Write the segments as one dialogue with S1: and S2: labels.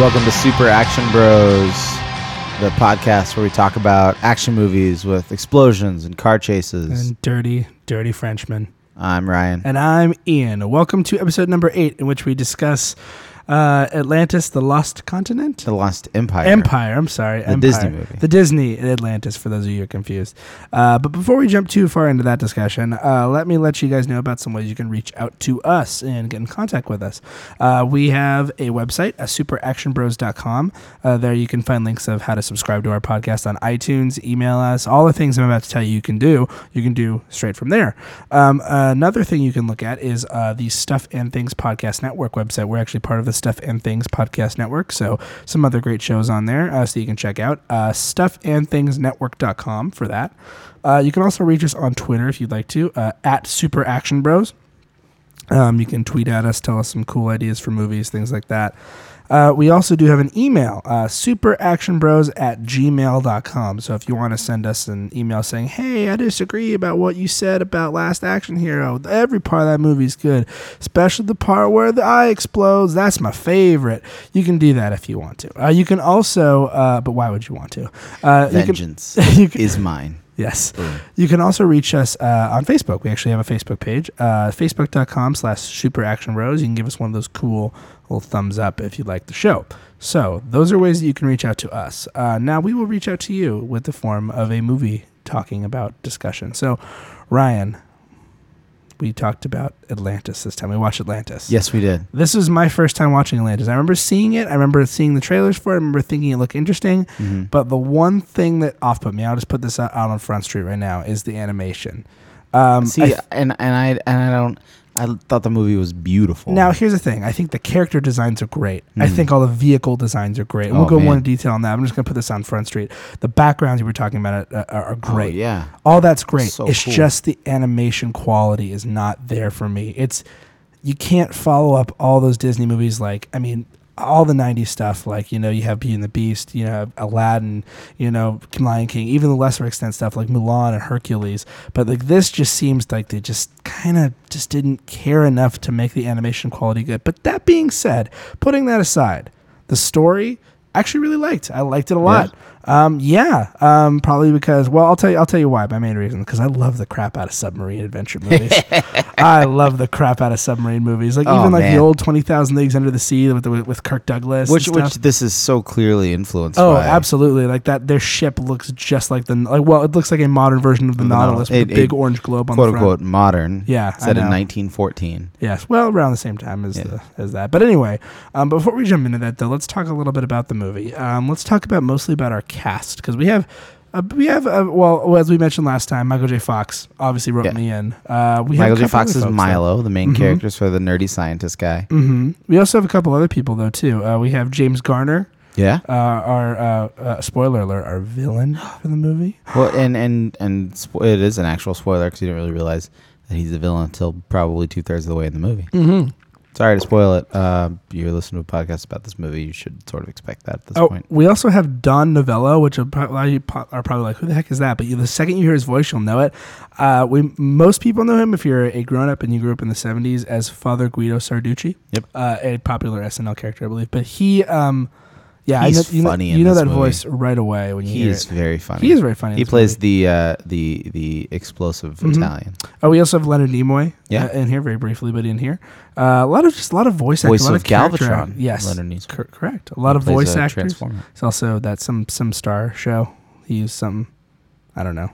S1: Welcome to Super Action Bros, the podcast where we talk about action movies with explosions and car chases.
S2: And dirty, dirty Frenchmen.
S1: I'm Ryan.
S2: And I'm Ian. Welcome to episode number eight, in which we discuss uh, Atlantis, the Lost Continent?
S1: The Lost Empire.
S2: Empire, I'm sorry. The
S1: Disney movie.
S2: The Disney Atlantis, for those of you who are confused. Uh, but before we jump too far into that discussion, uh, let me let you guys know about some ways you can reach out to us and get in contact with us. Uh, we have a website, a superactionbros.com. Uh, there you can find links of how to subscribe to our podcast on iTunes, email us, all the things I'm about to tell you you can do, you can do straight from there. Um, another thing you can look at is uh, the Stuff and Things Podcast Network website. We're actually part of the Stuff and Things Podcast Network, so some other great shows on there uh, so you can check out. Uh, stuffandthingsnetwork.com for that. Uh, you can also reach us on Twitter if you'd like to, uh, at Super Action Bros. Um, you can tweet at us, tell us some cool ideas for movies, things like that. Uh, we also do have an email, uh, superactionbros at gmail.com. So if you want to send us an email saying, hey, I disagree about what you said about Last Action Hero, every part of that movie is good, especially the part where the eye explodes. That's my favorite. You can do that if you want to. Uh, you can also, uh, but why would you want to? Uh, you can-
S1: Vengeance
S2: you can-
S1: is mine.
S2: Yes. You can also reach us uh, on Facebook. We actually have a Facebook page, uh, facebook.com slash super action rose. You can give us one of those cool little thumbs up if you like the show. So those are ways that you can reach out to us. Uh, now we will reach out to you with the form of a movie talking about discussion. So, Ryan, we talked about Atlantis this time. We watched Atlantis.
S1: Yes, we did.
S2: This was my first time watching Atlantis. I remember seeing it. I remember seeing the trailers for it. I remember thinking it looked interesting.
S1: Mm-hmm.
S2: But the one thing that off put me, I'll just put this out, out on Front Street right now, is the animation. Um,
S1: See, uh,
S2: I th-
S1: and and I and I don't. I thought the movie was beautiful. Oh,
S2: now here's the thing. I think the character designs are great. I
S1: Mhm.
S2: think all the vehicle designs are great. And
S1: Oh,
S2: we'll go more
S1: man.
S2: into detail on that. I'm just gonna put this on Front Street. The backgrounds you were talking about are, are, are
S1: Oh,
S2: great.
S1: yeah.
S2: All that's great.
S1: So
S2: it's
S1: cool.
S2: just the animation quality is not there for me. It's you can't follow up all those Disney movies like I mean all the 90s stuff like you know you have Beauty and the Beast, you know Aladdin, you know Lion King, even the lesser extent stuff like Mulan and Hercules, but like this just seems like they just kind of just didn't care enough to make the animation quality good. But that being said, putting that aside, the story I actually really liked. I liked it a lot. Um, yeah, um, probably because well, I'll tell you, I'll tell you why. My main reason because I love the crap out of submarine adventure movies. I love the crap out of submarine movies, like
S1: Oh,
S2: even like
S1: man.
S2: the old Twenty Thousand Leagues Under the Sea with the, with Kirk Douglas.
S1: Which
S2: and stuff.
S1: which this is so clearly influenced.
S2: Oh,
S1: by.
S2: absolutely! Like that, their ship looks just like the like. Well, it looks like a modern version of the
S1: The Nautilus.
S2: Nautilus with
S1: It-
S2: the big
S1: it-
S2: orange globe on
S1: Quote
S2: the front.
S1: unquote modern.
S2: Yeah, I
S1: Set in
S2: know.
S1: 1914.
S2: Yes, well, around the same time as
S1: Yeah.
S2: the, as that. But anyway, um, before we jump into that, though, let's talk a little bit about the movie. Um, let's talk about mostly about our cast because we have. Uh, we have uh, well, as we mentioned last time, Michael J. Fox obviously wrote
S1: Yeah.
S2: me in. Uh, we
S1: Michael
S2: have
S1: J.
S2: a couple
S1: Fox
S2: other
S1: is
S2: folks, though. Mm-hmm.
S1: Milo, the main characters for the nerdy scientist guy.
S2: Mhm. We also have a couple other people though too. Uh, we have James Garner,
S1: Yeah.
S2: uh, our uh, uh, spoiler alert, our villain for the movie.
S1: Well, and and and spo- it is an actual spoiler because you didn't really realize that he's the villain until probably two thirds of the way in the movie.
S2: Mm-hmm.
S1: Sorry to spoil it. Uh, you're listening to a podcast about this movie. You should sort of expect that at this
S2: Oh,
S1: point.
S2: we also have Don Novello, which are prob- a lot of you po- are probably like, "Who the heck is that?" But you, the second you hear his voice, you'll know it. Uh, we most people know him if you're a grown up and you grew up in the '70s as Father Guido Sarducci,
S1: Yep.
S2: uh, a popular SNL character, I believe. But he, um, yeah, I
S1: He's
S2: know, you know,
S1: funny
S2: you
S1: in
S2: know
S1: this
S2: that
S1: movie.
S2: voice right away when you
S1: He
S2: hear
S1: is
S2: it.
S1: very funny.
S2: He is very funny. in
S1: He
S2: this
S1: plays
S2: movie.
S1: the uh, the the explosive
S2: Mhm.
S1: Italian
S2: Oh, we also have Leonard Nimoy.
S1: Yeah.
S2: uh, in here very briefly, but in here, uh, a lot of just a lot of voice acting,
S1: voice
S2: a lot
S1: of
S2: character act-
S1: Galvatron.
S2: Yes,
S1: Leonard Nimoy.
S2: cor- correct. A lot of
S1: He plays
S2: voice
S1: a
S2: actors.
S1: Transformer.
S2: It's also that some some star show. He used some, I don't know,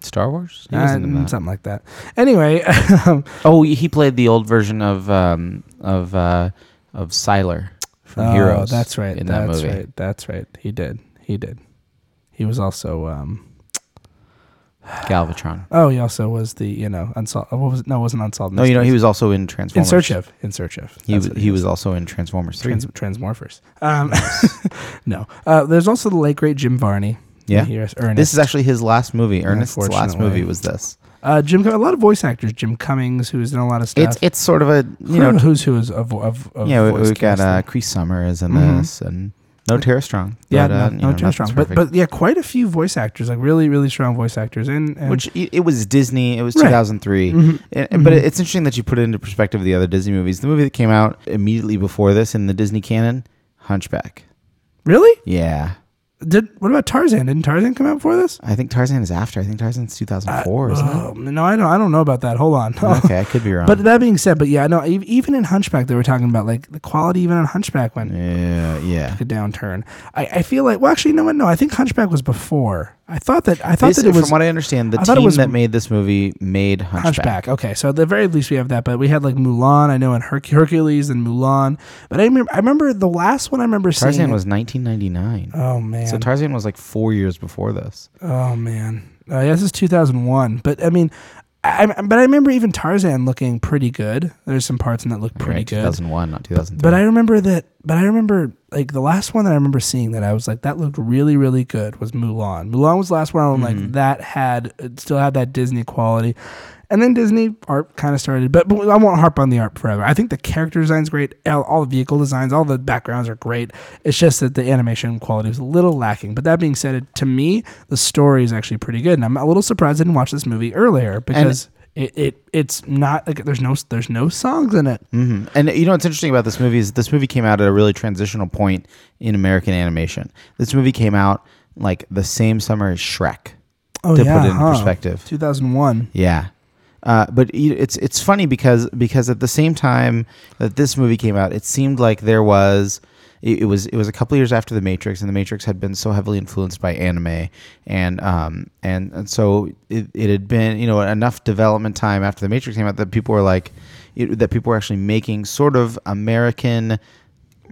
S1: Star Wars. He
S2: uh,
S1: was in that.
S2: something like that. Anyway, um,
S1: Oh, he played the old version of um, of uh, of Siler from
S2: oh,
S1: Heroes.
S2: That's right.
S1: In that
S2: that's
S1: movie.
S2: right. That's right. He did. He did. He was also. Um,
S1: Galvatron.
S2: oh, he also was the you know unsolved. What was it? No, it wasn't unsolved.
S1: No, you know he
S2: Mysteries.
S1: was also in Transformers.
S2: in search of. In search of.
S1: He
S2: That's
S1: was,
S2: what
S1: he was also in Transformers Three.
S2: Trans- Transmorphers. Um, no, uh, there's also the late great Jim Varney.
S1: yeah.
S2: Here's Ernest.
S1: This is actually his last movie. Ernest's last
S2: Unfortunately.
S1: movie was this.
S2: uh, Jim. A lot of voice actors. Jim Cummings, who's done a lot of stuff.
S1: It's it's sort of a you know
S2: who's who is of of, of
S1: yeah we,
S2: voice
S1: we've got uh,
S2: casting.
S1: Cree Summers in
S2: Mhm.
S1: this and no Tara Strong.
S2: yeah
S1: but, uh, you know,
S2: no, no too
S1: nothing's
S2: strong but
S1: perfect.
S2: but yeah quite a few voice actors like really really strong voice actors and, and
S1: which it, it was Disney. It was
S2: um, Right.
S1: 2003.
S2: Mhm.
S1: And, and- But
S2: Mhm.
S1: it's interesting that you put it into perspective the other Disney movies. The movie that came out immediately before this in the Disney canon, Hunchback.
S2: Really?
S1: Yeah.
S2: Did what about Tarzan? Didn't Tarzan come out before this?
S1: I think Tarzan is after. I think Tarzan's 2004, isn't it?
S2: Oh, no, I don't. I don't know about that. Hold on.
S1: Okay, I could be wrong.
S2: But that being said, but yeah, no. e- Even in Hunchback, they were talking about like the quality. Even in Hunchback, went
S1: yeah, yeah.
S2: a downturn. I, I feel like well, actually, no, no. I think Hunchback was before. I thought that. I thought that
S1: Basically,
S2: it was
S1: from what I understand, the
S2: I thought it
S1: team
S2: was-
S1: that made this movie made Hunchback.
S2: Hunchback. Okay, so at the very least we have that, but we had like Mulan. I know, and Herc- Hercules and Mulan. But I remember, I remember the last one I remember seeing.
S1: Tarzan was 1999.
S2: Oh man.
S1: so Tarzan was like four years before this.
S2: oh man. Uh, yeah, this is 2001. But I mean, I, I- but I remember even Tarzan looking pretty good. There's some parts in that look pretty
S1: right?
S2: good.
S1: 2001, not 2003.
S2: But I remember that. But I remember like the last one that I remember seeing that I was like that looked really really good was Mulan. Mulan was the last one I was
S1: Mm-hmm.
S2: like that had it still had that Disney quality, and then Disney art kind of started. But, but I won't harp on the art forever. I think the character design's great. All, all the vehicle designs, all the backgrounds are great. It's just that the animation quality was a little lacking. But that being said, it, to me the story is actually pretty good, and I'm a little surprised I didn't watch this movie earlier because. it, it it's not like there's no there's no songs in it.
S1: Mhm. And you know what's interesting about this movie is this movie came out at a really transitional point in American animation. This movie came out like the same summer as Shrek.
S2: Oh,
S1: to put it in
S2: huh.
S1: perspective.
S2: 2001.
S1: Yeah. Uh, but you- it's it's funny because because at the same time that this movie came out, it seemed like there was it, it was it was a couple years after the Matrix, and the Matrix had been so heavily influenced by anime, and um and, and so it, it had been you know enough development time after the Matrix came out that people were like it, that people were actually making sort of American,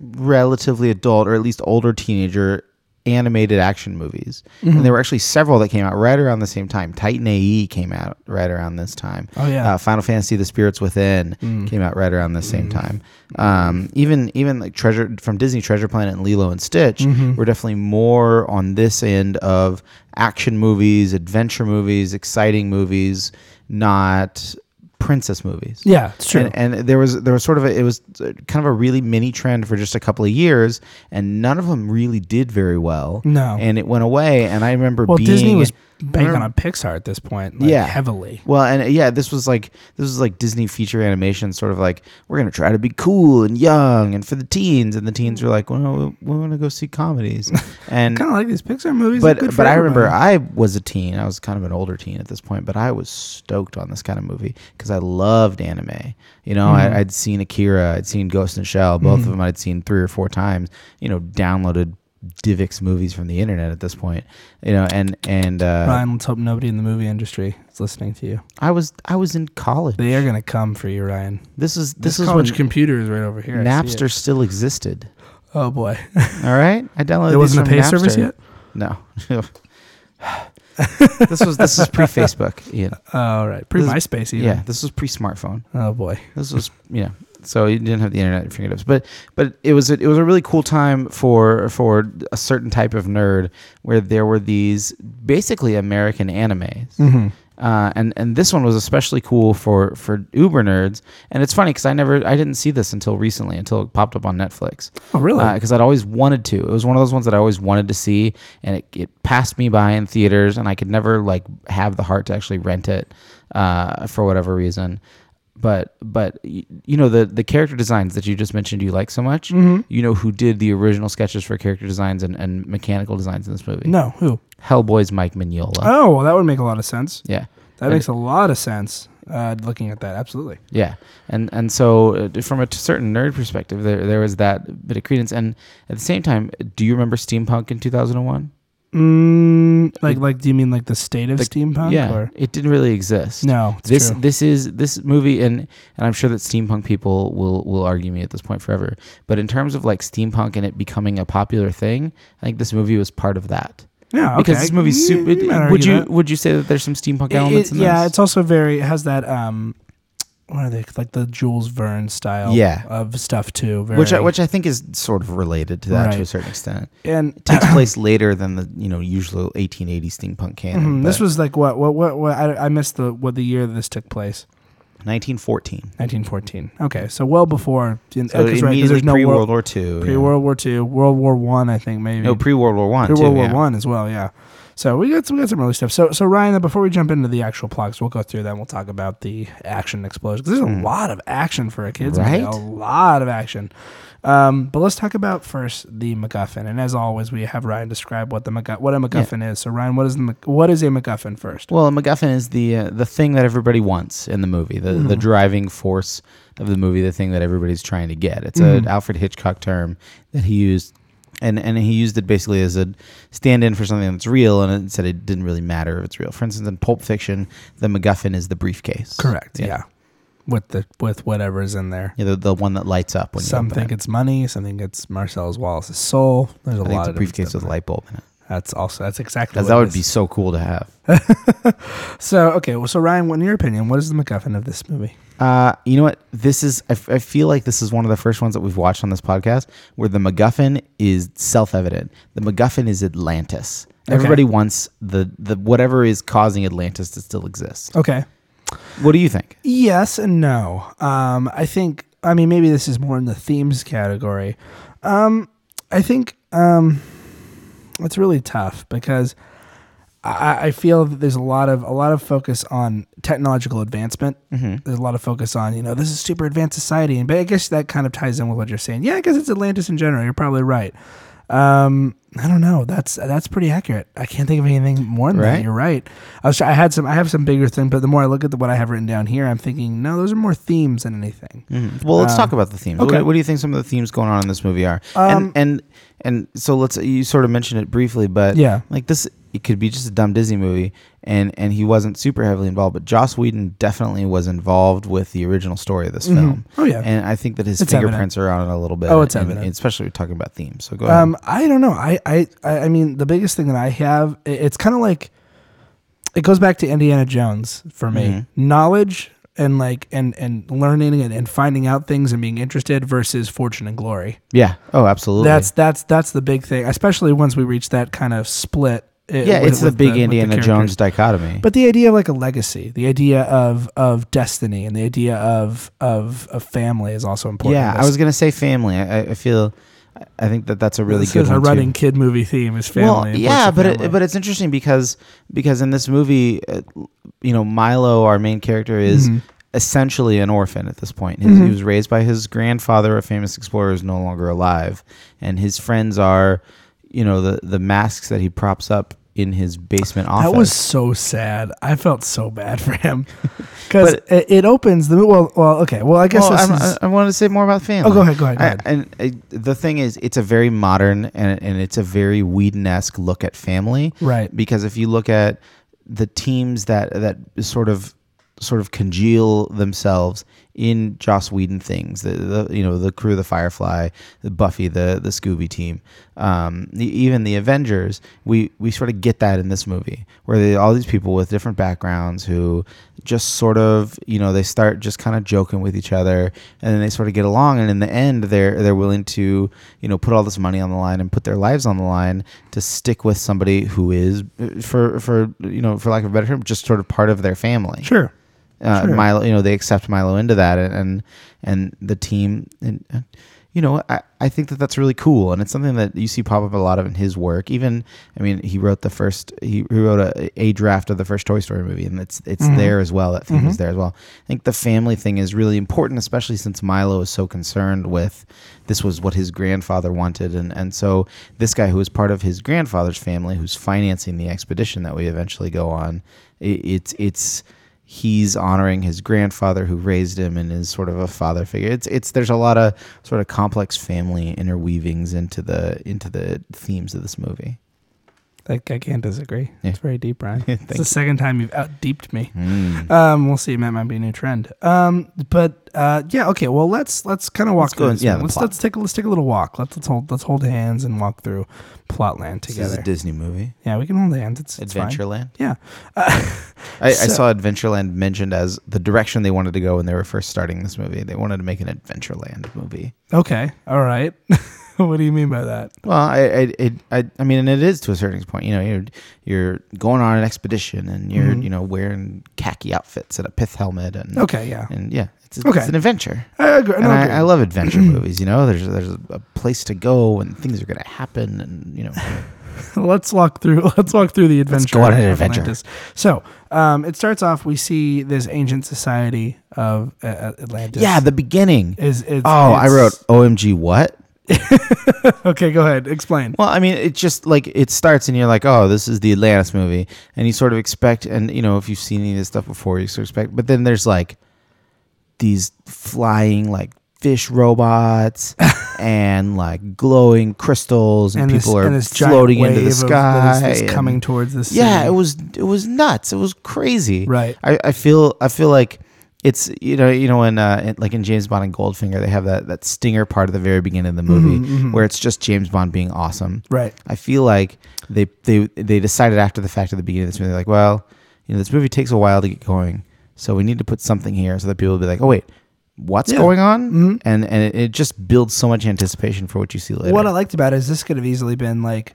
S1: relatively adult or at least older teenager animated action movies.
S2: Mm-hmm.
S1: And there were actually several that came out right around the same time. Titan AE came out right around this time.
S2: Oh, yeah. Mm.
S1: Uh, Final Fantasy: The Spirits Within came out right around the same time. Um, even even like Treasure from Disney, Treasure Planet and Lilo and Stitch
S2: Mm-hmm.
S1: were definitely more on this end of action movies, adventure movies, exciting movies, not princess movies.
S2: Yeah, it's true.
S1: And, and there was there was sort of a, it was kind of a really mini trend for just a couple of years, and none of them really did very well.
S2: No.
S1: and it went away. And I remember
S2: well,
S1: being
S2: Disney was banking
S1: remember-
S2: on Pixar at this point, like,
S1: Yeah.
S2: heavily.
S1: well, and uh, yeah, this was like this was like Disney feature animation, sort of like we're gonna try to be cool and young and for the teens, and the teens were like, well, we, we want to go see comedies, and
S2: Kind of like these Pixar movies,
S1: but but I remember I was a teen. I was kind of an older teen at this point, but I was stoked on this kind of movie because I loved anime. You know,
S2: Mm-hmm.
S1: I, I'd seen Akira, I'd seen Ghost in the Shell, both of them I'd seen three or four times. You know, downloaded DivX movies from the internet at this point. You know, and and uh,
S2: Ryan, let's hope nobody in the movie industry is listening to you.
S1: I was I was in college.
S2: They are gonna come for you, Ryan.
S1: This is this,
S2: This,
S1: is when
S2: college computer is right over here. I see it.
S1: Napster still existed.
S2: Oh boy,
S1: All right, I downloaded.
S2: there
S1: Oh, these
S2: wasn't a
S1: from
S2: pay service
S1: Napster.
S2: yet.
S1: No. this was this is pre Facebook, Ian.
S2: All right, pre
S1: This-
S2: MySpace even.
S1: Yeah, this was pre smartphone.
S2: Oh boy.
S1: This was yeah. So you didn't have the internet at your fingertips, but but it was a, it was a really cool time for for a certain type of nerd where there were these basically American animes,
S2: Mm. Mm-hmm.
S1: uh, and and this one was especially cool for for Uber nerds. And it's funny because I never I didn't see this until recently until it popped up on Netflix
S2: Oh really?
S1: because Uh, I'd always wanted to. It was one of those ones that I always wanted to see, and it, it passed me by in theaters, and I could never like have the heart to actually rent it uh, for whatever reason. But but y- you know the the character designs that you just mentioned you like so much.
S2: Mm-hmm.
S1: You know who did the original sketches for character designs and, and mechanical designs in this movie?
S2: no, who?
S1: Hellboy's Mike Mignola.
S2: Oh, well, that would make a lot of sense.
S1: yeah.
S2: That makes a lot of sense. Uh, looking at that, absolutely.
S1: Yeah, and and so uh, from a t- certain nerd perspective, there there was that bit of credence, and at the same time, do you remember steampunk in two thousand and one?
S2: Mm, like, like, do you mean like the state of
S1: Like,
S2: steampunk?
S1: yeah,
S2: Or?
S1: it didn't really exist.
S2: No, it's
S1: this
S2: true.
S1: this is this movie, and and I'm sure that steampunk people will will argue me at this point forever. But in terms of like steampunk and it becoming a popular thing, I think this movie was part of that
S2: Yeah,
S1: because
S2: okay.
S1: this movie's
S2: You-
S1: super.
S2: you might
S1: would
S2: argue
S1: you
S2: that.
S1: would you say that there's some steampunk
S2: It-
S1: elements
S2: it-
S1: in
S2: yeah,
S1: this?
S2: it's also very it has that um, what are they like the Jules Verne style
S1: Yeah.
S2: of stuff too. Very,
S1: which I, which I think is sort of related to that to a
S2: Right.
S1: certain extent.
S2: and
S1: It takes place later than the you know usual 1880 steampunk canon.
S2: mhm, this
S1: but
S2: was like what what what, what I, I missed the what the year this took place.
S1: 1914.
S2: 1914. Okay, so well before uh, in,
S1: So immediately
S2: there's no
S1: pre
S2: world,
S1: World War Two.
S2: pre World War Two, World War One, I think maybe
S1: No, pre World War One.
S2: pre World
S1: too,
S2: War
S1: yeah.
S2: One as well. Yeah, So we got some, we got some early stuff. So so Ryan, before we jump into the actual plugs, we'll go through that. and We'll talk about the action explosion 'cause there's a lot of action for a kids movie,
S1: Hmm. Right?
S2: A lot of action. Um, but let's talk about first the MacGuffin. And as always, we have Ryan describe what the MacGu- what a MacGuffin is. So Ryan, what is the Mac- what is a MacGuffin first?
S1: Well, a MacGuffin is the uh, the thing that everybody wants in the movie, the
S2: Mm-hmm.
S1: the driving force of the movie, the thing that everybody's trying to get. It's
S2: Mm-hmm.
S1: an Alfred Hitchcock term that he used, and and he used it basically as a stand-in for something that's real, and it said it didn't really matter if it's real. For instance, in Pulp Fiction, the MacGuffin is the briefcase.
S2: Correct. Yeah.
S1: Yeah.
S2: With the with whatever's in there.
S1: Yeah, the, the one that lights up when
S2: Some
S1: you open
S2: think
S1: it.
S2: it's money. Some think it's Marcellus Wallace's soul. There's
S1: I think
S2: a lot of
S1: it's a
S2: different
S1: briefcase
S2: stuff.
S1: with a light bulb in it.
S2: That's also that's exactly
S1: 'Cause that
S2: what it
S1: would
S2: is.
S1: be so cool to have.
S2: So okay, well, so Ryan, what in your opinion, what is the MacGuffin of this movie?
S1: Uh, you know what? This is, I, f- I feel like this is one of the first ones that we've watched on this podcast where the MacGuffin is self evident. The MacGuffin is Atlantis.
S2: Okay.
S1: Everybody wants the, the whatever is causing Atlantis to still exist.
S2: Okay.
S1: What do you think?
S2: Yes and no. Um, I think I mean maybe this is more in the themes category. Um, I think um, it's really tough because I, I feel that there's a lot of a lot of focus on technological advancement.
S1: Mm-hmm.
S2: There's a lot of focus on you know this is super advanced society, and but I guess that kind of ties in with what you're saying. Yeah, I guess it's Atlantis in general. You're probably right. Um, I don't know. That's that's pretty accurate. I can't think of anything more than that.
S1: Right?
S2: You're right. I was try- I had some I have some bigger thing, but the more I look at the, what I have written down here, I'm thinking no, those are more themes than anything.
S1: Well, let's
S2: Um,
S1: talk about the themes. What-
S2: okay.
S1: What, do you think some of the themes going on in this movie are?
S2: Um,
S1: and, and and so let's you sort of mentioned it briefly, but
S2: Yeah.
S1: like this, it could be just a dumb Disney movie, and and he wasn't super heavily involved, but Joss Whedon definitely was involved with the original story of this film.
S2: Oh yeah.
S1: And I think that his
S2: It's
S1: fingerprints are on it a little bit.
S2: Oh, it's
S1: and-
S2: evident.
S1: and especially we're talking about themes. So go ahead.
S2: Um, I don't know. I, I, I I mean, the biggest thing that I have, i- it's kind of like, it goes back to Indiana Jones for me.
S1: Mhm.
S2: Knowledge and like and and learning and, and finding out things and being interested versus fortune and glory.
S1: yeah. Oh, absolutely.
S2: That's that's that's the big thing, especially once we reach that kind of split. uh,
S1: yeah.
S2: with-
S1: it's the
S2: with
S1: big
S2: with the
S1: Indiana
S2: characters.
S1: Jones dichotomy.
S2: But the idea of like a legacy, the idea of of destiny, and the idea of of of family is also important.
S1: yeah,
S2: in
S1: I
S2: this.
S1: was gonna say family. I, I- I feel. I- I think that that's a really
S2: This
S1: good
S2: is
S1: one
S2: a
S1: too.
S2: running kid movie theme is family.
S1: Well,
S2: and
S1: yeah,
S2: what's a
S1: but it,
S2: family.
S1: but it's interesting because because in this movie, uh, you know, Milo, our main character, is
S2: Mhm.
S1: essentially an orphan at this point. His,
S2: Mm-hmm.
S1: He was raised by his grandfather, a famous explorer, who's no longer alive, and his friends are, you know, the the masks that he props up in his basement office.
S2: That was so sad. I felt so bad for him because it, it opens the well. Well, okay. Well, I guess
S1: Well,
S2: this
S1: I'm- uh,
S2: is
S1: I, I wanted to say more about family.
S2: Oh, go ahead, go ahead, go
S1: I-
S2: ahead.
S1: and uh, the thing is, it's a very modern and, and it's a very Whedon-esque look at family.
S2: Right.
S1: Because if you look at the teams that that sort of sort of congeal themselves in Joss Whedon things, the, the you know the crew of the Firefly, the Buffy, the the Scooby team, um, the, even the Avengers, we we sort of get that in this movie where they, all these people with different backgrounds who just sort of you know they start just kind of joking with each other and then they sort of get along and in the end they're they're willing to you know put all this money on the line and put their lives on the line to stick with somebody who is uh, for for you know for lack of a better term just sort of part of their family
S2: sure.
S1: uh,
S2: Sure.
S1: Milo, you know, they accept Milo into that, and and, and the team, and, and, you know, I, I think that that's really cool, and it's something that you see pop up a lot of in his work. Even, I mean, he wrote the first, he, he wrote a, a draft of the first Toy Story movie, and it's it's there as well. That theme is
S2: Mm-hmm.
S1: there as well. I think the family thing is really important, especially since Milo is so concerned with this was what his grandfather wanted, and and so this guy who is part of his grandfather's family, who's financing the expedition that we eventually go on, i it's it's he's honoring his grandfather who raised him and is sort of a father figure. It's it's there's a lot of sort of complex family interweavings into the into the themes of this movie.
S2: Like I can't disagree.
S1: Yeah.
S2: It's very deep, Ryan.
S1: Thank Hmm.
S2: it's the
S1: you.
S2: second time you've out deeped me. Um, we'll see. That might be a new trend. Um, but uh, yeah, okay. Well, let's let's kind of walk
S1: go
S2: through.
S1: in-
S2: this
S1: yeah,
S2: one.
S1: the
S2: let's
S1: plot.
S2: let's take a let's take a little walk. Let's let's hold let's hold hands and walk through plotland
S1: This is a
S2: together.
S1: Disney movie.
S2: yeah, we can hold hands. It's, it's fine.
S1: Adventureland.
S2: Yeah. Uh,
S1: I, I
S2: So-
S1: saw Adventureland mentioned as the direction they wanted to go when they were first starting this movie. They wanted to make an Adventureland movie.
S2: okay. All right. what do you mean by that?
S1: Well, I, I, it, I, I mean, and it is to a certain point. You know, you're you're going on an expedition, and you're
S2: Mhm.
S1: you know wearing khaki outfits and a pith helmet, and
S2: Okay. Yeah.
S1: and yeah, it's,
S2: Okay.
S1: it's an adventure.
S2: I agree.
S1: and I, I love
S2: Mm-hmm.
S1: adventure movies. You know, there's there's a place to go and things are going to happen, and you know,
S2: let's walk through. Let's walk through the adventure.
S1: go on an
S2: of
S1: adventure.
S2: Atlantis. So um, it starts off. We see this ancient society of uh, uh, Atlantis.
S1: yeah, the beginning.
S2: Is, is
S1: oh, I
S2: it's-
S1: wrote OMG what?
S2: Okay, go ahead. Explain.
S1: Well, I mean, it's just like it starts and you're like, oh, this is the Atlantis movie, and you sort of expect, and you know, if you've seen any of this stuff before, you sort of expect. But then there's like these flying like fish robots and like glowing crystals, and, people are
S2: giant
S1: floating into
S2: wave
S1: the
S2: of-
S1: sky.
S2: that is- is
S1: and-
S2: coming towards the city.
S1: yeah, it was it was nuts. It was crazy.
S2: Right.
S1: I, I feel I feel like it's you know you know when uh, in- like in James Bond and Goldfinger they have that that stinger part of the very beginning of the movie where it's just James Bond being awesome.
S2: Mm-hmm, right.
S1: I feel like they they they decided after the fact at the beginning of this movie, like, well, you know, this movie takes a while to get going, so we need to put something here so that people will be like, oh wait, what's
S2: Yeah. Mm-hmm.
S1: going on? And and it, it just builds so much anticipation for what you see later.
S2: What I liked about it is this could have easily been like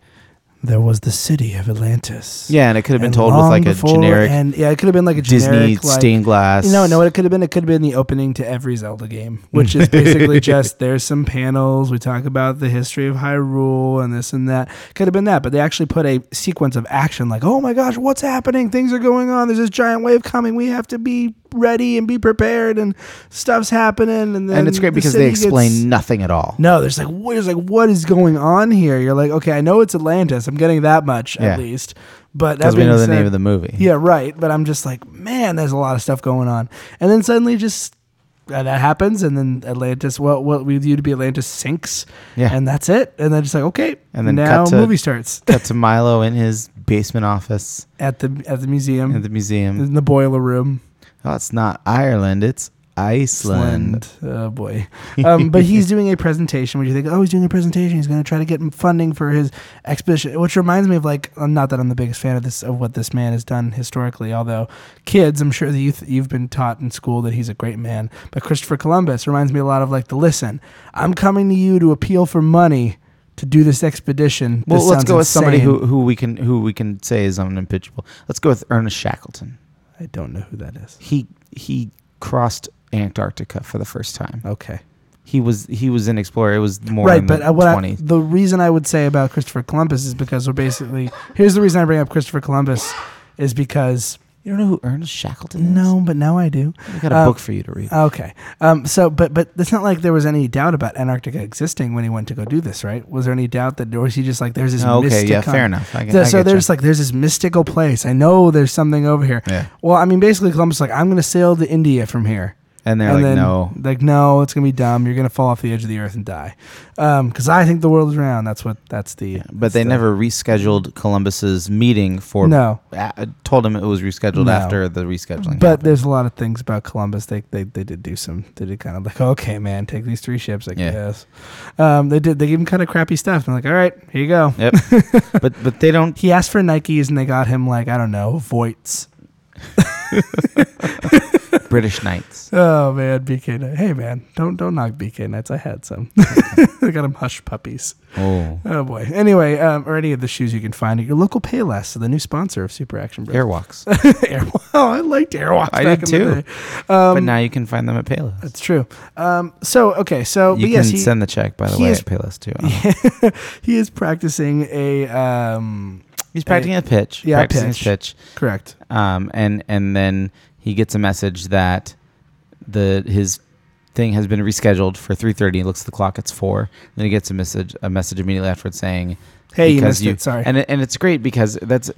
S2: there was the city of Atlantis.
S1: yeah, and it could have been
S2: And
S1: told with
S2: long
S1: like a
S2: before-
S1: generic
S2: and yeah, it could have been like a
S1: Disney
S2: generic, like,
S1: stained glass.
S2: You know, no, what it could have been. It could have been the opening to every Zelda game, which is basically just there's some panels. We talk about the history of Hyrule and this and that. Could have been that, but they actually put a sequence of action like, oh my gosh, what's happening? Things are going on. There's this giant wave coming. We have to be ready and be prepared, and stuff's happening. And then
S1: and it's great
S2: Um, the
S1: because they
S2: city gets-
S1: explain nothing at all.
S2: no, there's like what is like what is going on here? You're like, okay, I know it's Atlantis. I'm getting that much
S1: Yeah.
S2: at least. But
S1: Because we know the name of the movie.
S2: Yeah, right. But I'm just like, man, there's a lot of stuff going on. And then suddenly, just uh, that happens, and then Atlantis, what what we view to be Atlantis, sinks.
S1: Yeah.
S2: and that's it. And then just like, okay,
S1: And then
S2: now
S1: cut to-
S2: movie starts
S1: Cut to Milo in his basement office
S2: at the at the museum
S1: at the museum.
S2: in the boiler room.
S1: Oh, it's not Ireland, it's Iceland.
S2: Iceland. Oh boy. Um, but he's doing a presentation where you think, oh, he's doing a presentation. He's going to try to get funding for his expedition, which reminds me of like, I'm not that I'm the biggest fan of this of what this man has done historically. Although kids, I'm sure that you th- you've been taught in school that he's a great man. But Christopher Columbus reminds me a lot of like the listen. I'm coming to you to appeal for money to do this expedition.
S1: Well,
S2: This
S1: let's
S2: sounds
S1: go with somebody
S2: insane.
S1: who, who we can who we can say is unimpeachable. Let's go with Ernest Shackleton.
S2: I don't know who that is.
S1: He he crossed Antarctica for the first time.
S2: Okay.
S1: He was he was an explorer. It was more
S2: Oh. right,
S1: in
S2: but
S1: the
S2: uh, what I,
S1: 20s.
S2: the reason I would say about Christopher Columbus is because we're basically here's the reason I bring up Christopher Columbus is because
S1: you don't know who Ernest Shackleton is?
S2: no, but now I do.
S1: I got a
S2: uh,
S1: book for you to read.
S2: Okay, um, so but but it's not like there was any doubt about Antarctica existing when he went to go do this, right? Was there any doubt that, or was he just like there's this
S1: Oh, okay,
S2: mystic
S1: yeah,
S2: con-
S1: fair enough. I, get-
S2: So,
S1: I
S2: so
S1: getcha.
S2: there's like there's this mystical place. I know there's something over here.
S1: yeah.
S2: Well, I mean, basically Columbus is like I'm gonna sail to India from here.
S1: And they're
S2: and
S1: like,
S2: then,
S1: no.
S2: like no, it's gonna be dumb. You're gonna fall off the edge of the earth and die, because I think the world is round. That's what. That's the.
S1: But
S2: that's
S1: they
S2: the-
S1: never rescheduled Columbus's meeting for.
S2: No,
S1: Uh, told him it was rescheduled
S2: No.
S1: after the rescheduling.
S2: but
S1: happened.
S2: there's a lot of things about Columbus. They they, they did do some. They did kind of like, okay, man, take these three ships. I
S1: Yeah.
S2: guess. Um, they did. They gave him kind of crappy stuff. And like, all right, here you go.
S1: but but they don't.
S2: He asked for Nikes, and they got him like I don't know, Voits.
S1: British Knights.
S2: Oh man, BK. Knight. Hey man, don't don't knock BK Knights. I had some. they got him hush puppies.
S1: Oh,
S2: Oh boy. Anyway, um, or any of the shoes you can find at your local Payless, the new sponsor of Super Action Bros.
S1: Airwalks.
S2: Airwalk. Oh, I liked Airwalks.
S1: I
S2: back
S1: did
S2: in the
S1: too.
S2: day. Um,
S1: but now you can find them at Payless.
S2: That's true. Um, so okay, so
S1: You
S2: but yes,
S1: can
S2: he,
S1: send the check, by the
S2: he
S1: way,
S2: is-
S1: at Payless too.
S2: he is practicing a um,
S1: He's practicing a pitch.
S2: Yeah,
S1: practicing his
S2: pitch.
S1: pitch.
S2: correct.
S1: Um, and and then he gets a message that the his thing has been rescheduled for 3:30. He looks at the clock; it's four. Then he gets a message a message immediately afterwards saying,
S2: Hey, you
S1: Because
S2: missed
S1: you-
S2: it. Sorry.
S1: and it- and it's great because that's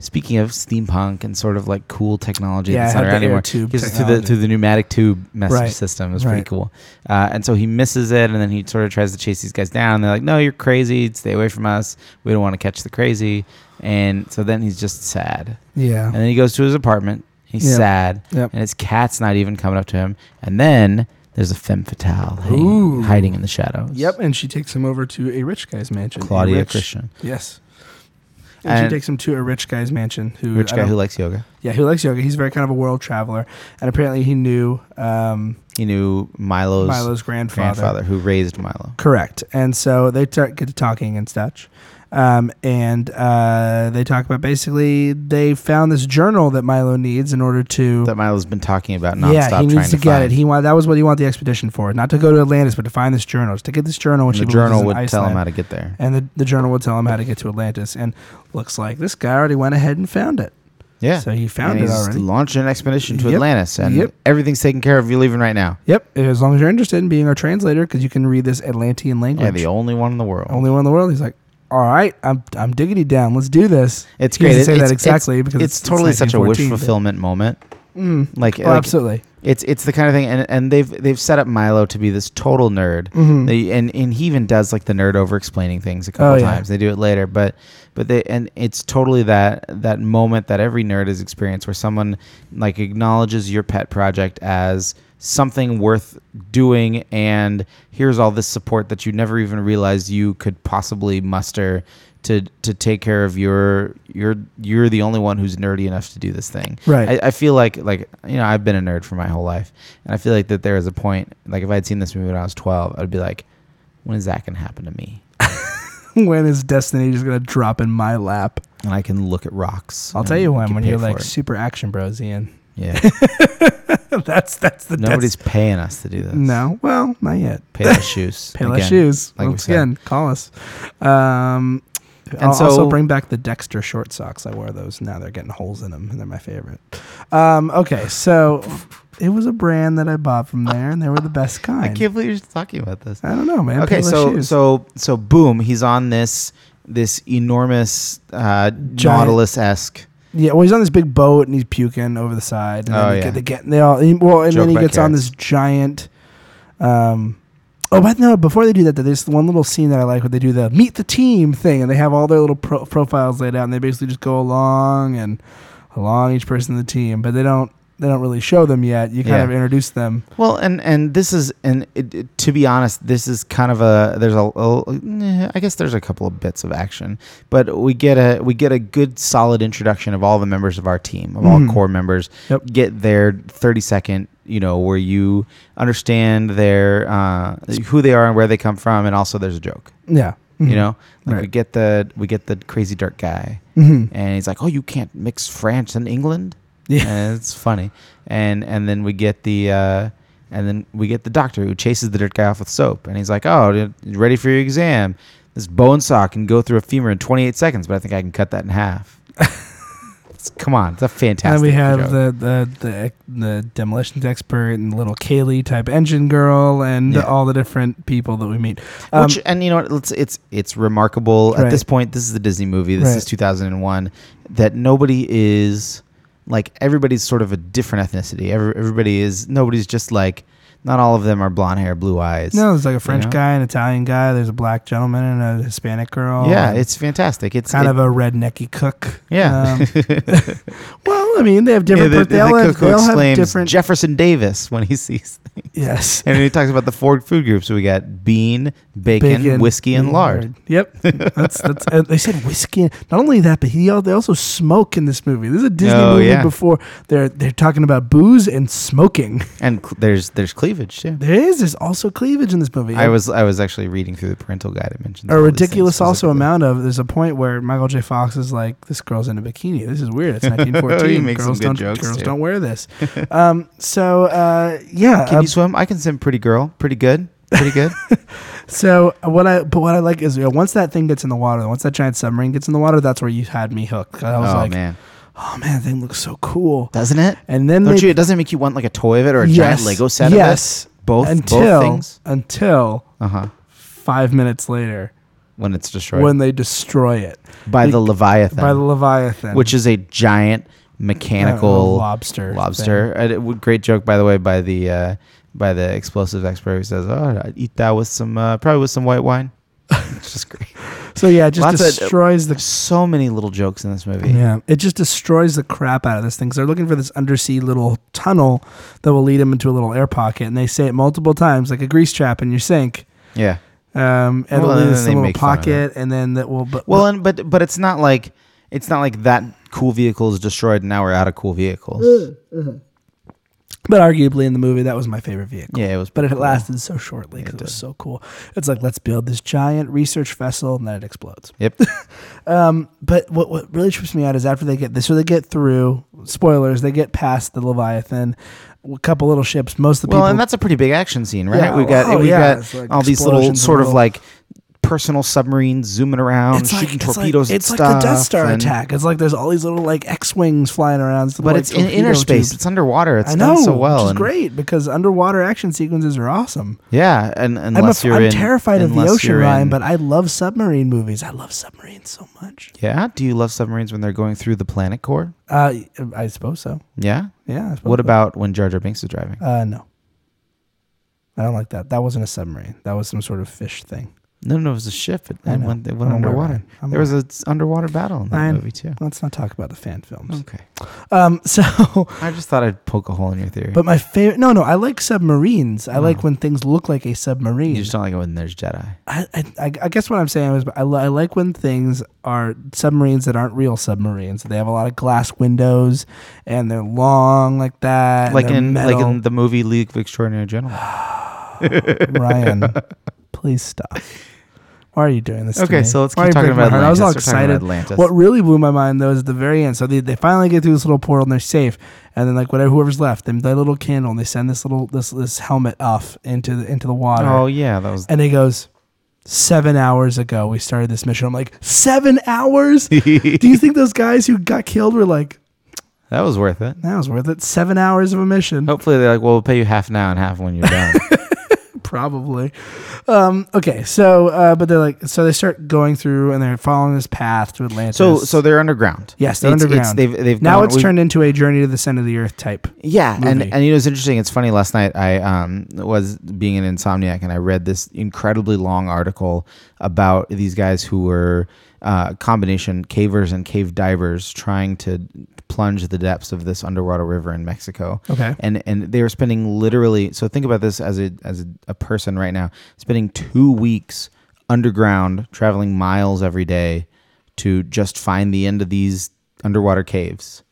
S1: speaking of steampunk and sort of like cool technology
S2: Yeah,
S1: that's
S2: I
S1: not
S2: had the
S1: around
S2: air
S1: anymore.
S2: tube
S1: Gives it through the
S2: technology.
S1: through the pneumatic tube message
S2: Right,
S1: system is
S2: right.
S1: pretty cool. Uh, and so he misses it, and then he sort of tries to chase these guys down. And they're like, "No, you're crazy. Stay away from us. We don't want to catch the crazy." And so then he's just sad.
S2: yeah.
S1: And then he goes to his apartment. He's
S2: Yep.
S1: sad,
S2: Yep.
S1: and his cat's not even coming up to him. And then there's a femme fatale hanging,
S2: Ooh.
S1: hiding in the shadows.
S2: Yep. And she takes him over to a rich guy's mansion. A
S1: Claudia
S2: rich-
S1: Christian,
S2: Yes. And,
S1: And-
S2: she takes him to a rich guy's mansion. Who
S1: rich
S2: I
S1: guy
S2: don't-
S1: who likes yoga.
S2: yeah, who likes yoga. He's very kind of a world traveler, and apparently he knew um,
S1: He knew Milo's,
S2: Milo's grandfather.
S1: grandfather who raised Milo.
S2: Correct. And so they t- get to talking and such. Um, and uh, they talk about basically they found this journal that Milo needs in order to.
S1: that Milo's been talking about nonstop.
S2: yeah, he
S1: trying
S2: needs to, get
S1: find.
S2: it. He want that was what he wanted the expedition for, not to go to Atlantis, but to find this journal, It's to get this journal, which
S1: And
S2: he
S1: the
S2: believes is
S1: journal
S2: in
S1: would tell
S2: Iceland.
S1: him how to get there.
S2: and the, the journal would tell him how to get to Atlantis. And looks like this guy already went ahead and found it.
S1: Yeah.
S2: So he found
S1: and
S2: it
S1: he's
S2: already.
S1: launching an expedition to
S2: Yep.
S1: Atlantis, and
S2: Yep.
S1: everything's taken care of. You're leaving right now.
S2: Yep. As long as you're interested in being our translator, because you can read this Atlantean language.
S1: Yeah, the only one in the world.
S2: only one in the world. He's like, all right, I'm I'm diggity down. Let's do this.
S1: it's
S2: He
S1: great.
S2: doesn't
S1: It-
S2: say
S1: it's,
S2: that exactly because
S1: it's,
S2: it's,
S1: totally such a wish
S2: 1914, but-
S1: fulfillment moment.
S2: Mm.
S1: Like,
S2: Oh,
S1: like,
S2: absolutely.
S1: it's it's the kind of thing, and, and they've they've set up Milo to be this total nerd.
S2: Mhm.
S1: They, and and he even does like the nerd over explaining things a couple
S2: Oh, yeah.
S1: times. They do it later, but but they and it's totally that that moment that every nerd has experienced where someone like acknowledges your pet project as something worth doing and here's all this support that you never even realized you could possibly muster to to take care of your your you're the only one who's nerdy enough to do this thing.
S2: Right.
S1: I, I feel like like you know I've been a nerd for my whole life, and I feel like that there is a point like if I had seen this movie when I was twelve, I'd be like, when is that gonna happen to me?
S2: when is destiny just gonna drop in my lap?
S1: And I can look at rocks.
S2: I'll
S1: and
S2: tell you
S1: we
S2: when.
S1: can
S2: When
S1: pay
S2: you're
S1: for
S2: like
S1: it.
S2: super action bros, Ian.
S1: yeah,
S2: that's that's the
S1: nobody's paying us to do this.
S2: That's, no, well, not yet.
S1: pay less shoes.
S2: Pay less
S1: again.
S2: shoes.
S1: like we
S2: Once
S1: said.
S2: again, call us. Um,
S1: And
S2: I'll also
S1: so-
S2: bring back the Dexter short socks. I wore those. Now they're getting holes in them, and they're my favorite. Um, okay, so it was a brand that I bought from there, and they were the best kind.
S1: I can't believe you're just talking about this.
S2: I don't know, man.
S1: okay,
S2: Payless
S1: so
S2: shoes.
S1: so so boom, he's on this this enormous uh, Nautilus esque.
S2: yeah, well, he's on this big boat and he's puking over the side, and
S1: Oh,
S2: then he
S1: yeah.
S2: get, they get they all he- well, and
S1: Joke
S2: then he
S1: about
S2: gets on
S1: carrots.
S2: this giant. Um, oh, but no! Before they do that, there's one little scene that I like where they do the meet the team thing, and they have all their little pro- profiles laid out, and they basically just go along and along each person in the team, but they don't they don't really show them yet. You kind
S1: Yeah.
S2: of introduce them.
S1: Well, and and this is and it, it- to be honest, this is kind of a there's a, a- eh, I guess there's a couple of bits of action, but we get a we get a good solid introduction of all the members of our team, of
S2: Mhm.
S1: all core members.
S2: Yep.
S1: Get their 30 second, you know, where you understand their uh, who they are and where they come from, and also there's a joke.
S2: Yeah,
S1: You know, like we
S2: Mm-hmm. Right.
S1: get the we get the crazy dirt guy,
S2: hmm
S1: and he's like, "Oh, you can't mix France and England."
S2: yeah,
S1: and it's funny. And and then we get the uh, and then we get the doctor who chases the dirt guy off with soap, and he's like, "Oh, dude, you ready for your exam? This bow and saw can go through a femur in 28 seconds, but I think I can cut that in half." It's- Come on, it's a fantastic.
S2: And we have
S1: joke.
S2: the, the the the demolitions expert and little Kaylee type engine girl and
S1: Yeah.
S2: all the different people that we meet.
S1: Which and you know what, it's it's it's remarkable
S2: Um, Right.
S1: at this point. This is a Disney movie. This
S2: Right.
S1: is 2001. That nobody is like everybody's sort of a different ethnicity. Every, everybody is nobody's just like not all of them are blonde hair, blue eyes.
S2: No, there's like a French
S1: know?
S2: guy, an Italian guy. There's a black gentleman and a Hispanic girl.
S1: yeah,
S2: and
S1: it's fantastic. It's
S2: kind
S1: it-
S2: of a rednecky cook.
S1: Yeah.
S2: Um, well, I mean, they have different.
S1: Yeah,
S2: per-
S1: the,
S2: they all
S1: the
S2: have,
S1: cook who
S2: they all have
S1: exclaims
S2: different.
S1: Jefferson Davis when he sees,
S2: yes.
S1: and he talks about the four food groups. So we got bean, bacon, whiskey,
S2: Mm-hmm.
S1: and lard.
S2: Yep, that's that's. And they said whiskey. Not only that, but he al- they also smoke in this movie. This is a Disney
S1: Oh,
S2: movie
S1: yeah.
S2: before they're they're talking about booze and smoking.
S1: And cl- there's there's cleavage too.
S2: There is there's also cleavage in this movie.
S1: I was I was actually reading through the parental guide. It mentions
S2: a
S1: all these things
S2: ridiculous also
S1: specifically.
S2: amount of there's a point where Michael J. Fox is like, "This girl's in a bikini. This is weird. It's
S1: He
S2: 1914.
S1: makes some
S2: girls
S1: good
S2: don't
S1: jokes,
S2: girls
S1: too."
S2: don't wear this." um, so uh, yeah.
S1: Can
S2: uh,
S1: you swim? I can swim pretty girl. Pretty good. Pretty good.
S2: so uh, what I but what I like is you know, once that thing gets in the water, once that giant submarine gets in the water, that's where you had me hooked. I
S1: oh
S2: was like,
S1: man,
S2: "Oh man, that thing looks so cool."
S1: doesn't it?
S2: And then
S1: Don't
S2: they
S1: you? It doesn't make you want like a toy of it or a
S2: Yes.
S1: giant Lego set
S2: Yes.
S1: of it. Both
S2: until
S1: both things.
S2: until
S1: Uh huh.
S2: five minutes later
S1: When it's destroyed
S2: when they destroy it
S1: by the Leviathan.
S2: by the Leviathan,
S1: which is a giant
S2: uh,
S1: mechanical
S2: lobster thing.
S1: lobster. And it would- great joke, by the way, by the uh, by the explosive expert who says, "Oh, I'd eat that with some uh, probably with some white wine." it's just great.
S2: So yeah, it just
S1: Lots of-
S2: destroys the
S1: There's so many little jokes in this movie.
S2: yeah. It just destroys the crap out of this thing. So they're looking for this undersea little tunnel that will lead them into a little air pocket, and they say it multiple times, like a grease trap in your sink.
S1: Yeah.
S2: Um, and
S1: Well,
S2: it'll lead
S1: and
S2: us to
S1: they
S2: a little
S1: make fun of
S2: pocket, and then that will. But,
S1: Well, and but but it's not like it's not like that cool vehicle is destroyed and now we're out of cool vehicles.
S2: But arguably in the movie, that was my favorite vehicle.
S1: Yeah, it was.
S2: But it
S1: cool.
S2: lasted so shortly 'cause
S1: It
S2: it was
S1: did.
S2: so cool. It's like let's build this giant research vessel and then it explodes.
S1: Yep.
S2: Um, but what what really trips me out is after they get this, so they get through. Spoilers: they get past the Leviathan, a couple little ships. Most of the
S1: well,
S2: people
S1: and that's a pretty big action scene, right?
S2: Yeah,
S1: we've got
S2: oh,
S1: we've
S2: yeah,
S1: got
S2: it's like
S1: all these little
S2: explosions and
S1: sort of
S2: little-
S1: like personal submarines zooming around,
S2: it's
S1: Um, shooting
S2: like,
S1: torpedoes.
S2: It's like,
S1: at
S2: it's like the Death
S1: stuff
S2: Star
S1: and-
S2: attack. It's like there's all these little like X wings flying around.
S1: But it's in inner space. It's underwater. It's
S2: I know,
S1: done so well.
S2: which is
S1: and-
S2: great because underwater action sequences are awesome.
S1: Yeah, and
S2: I'm, a,
S1: unless you're
S2: I'm
S1: in,
S2: terrified of the
S1: unless
S2: ocean,
S1: you're
S2: Ryan,
S1: in-
S2: but I love submarine movies. I love submarines so much.
S1: yeah. Do you love submarines when they're going through the planet core?
S2: Uh, I suppose so.
S1: Yeah.
S2: Yeah. I suppose
S1: What
S2: so.
S1: about when Jar Jar Binks is driving?
S2: Uh, no. I don't like that. That wasn't a submarine. That was some sort of fish thing.
S1: No, no, it was a ship. It,
S2: I
S1: it
S2: know.
S1: went, it went
S2: I'm aware,
S1: underwater.
S2: Ryan. I'm
S1: There was an underwater battle in that
S2: Ryan.
S1: movie too.
S2: Let's not talk about the fan films.
S1: Okay.
S2: Um, so
S1: I just thought I'd poke a hole in your theory.
S2: But my favorite, no, no, I like submarines. I like
S1: Oh.
S2: when things look like a submarine.
S1: you just don't like it when there's Jedi.
S2: I, I, I I guess what I'm saying is, I, li- I like when things are submarines that aren't real submarines. They have a lot of glass windows and they're long like that. and
S1: Like
S2: they're
S1: in like
S2: metal. Ah,
S1: in the movie League of Extraordinary Gentlemen.
S2: Ryan, please stop. Why are you doing this? to
S1: Okay,
S2: me?
S1: so let's
S2: Why
S1: keep
S2: are you
S1: talking
S2: breaking my
S1: about
S2: heart? I was
S1: Atlantis.
S2: all
S1: We're talking about
S2: excited.
S1: Atlantis.
S2: What really blew my mind though is at the very end. So they, they finally get through this little portal and they're safe. And then like whatever whoever's left, them that little candle and they send this little this this helmet off into the into the water.
S1: Oh yeah, that was
S2: And he goes, Seven hours ago, we started this mission. I'm like, Seven hours? Do you think those guys who got killed were like,
S1: that was worth it.
S2: That was worth it? Seven hours of a mission?
S1: Hopefully they're like, well, we'll pay you half now and half when you're done.
S2: Probably. Um, okay, so, uh, but they're like, so they start going through and they're following this path to Atlantis.
S1: so so they're underground.
S2: Yes, they're
S1: It's- it's-
S2: underground.
S1: they've they've
S2: now
S1: gone-
S2: it's
S1: we've-
S2: turned into a journey to the center of the earth type.
S1: Yeah, and
S2: movie.
S1: and you know it's interesting. It's funny. Last night I um was being an insomniac, and I read this incredibly long article about these guys who were uh, combination cavers and cave divers trying to plunge the depths of this underwater river in Mexico.
S2: Okay.
S1: And and they were spending literally. So think about this as a as a, a person right now, spending two weeks underground, traveling miles every day to just find the end of these underwater caves.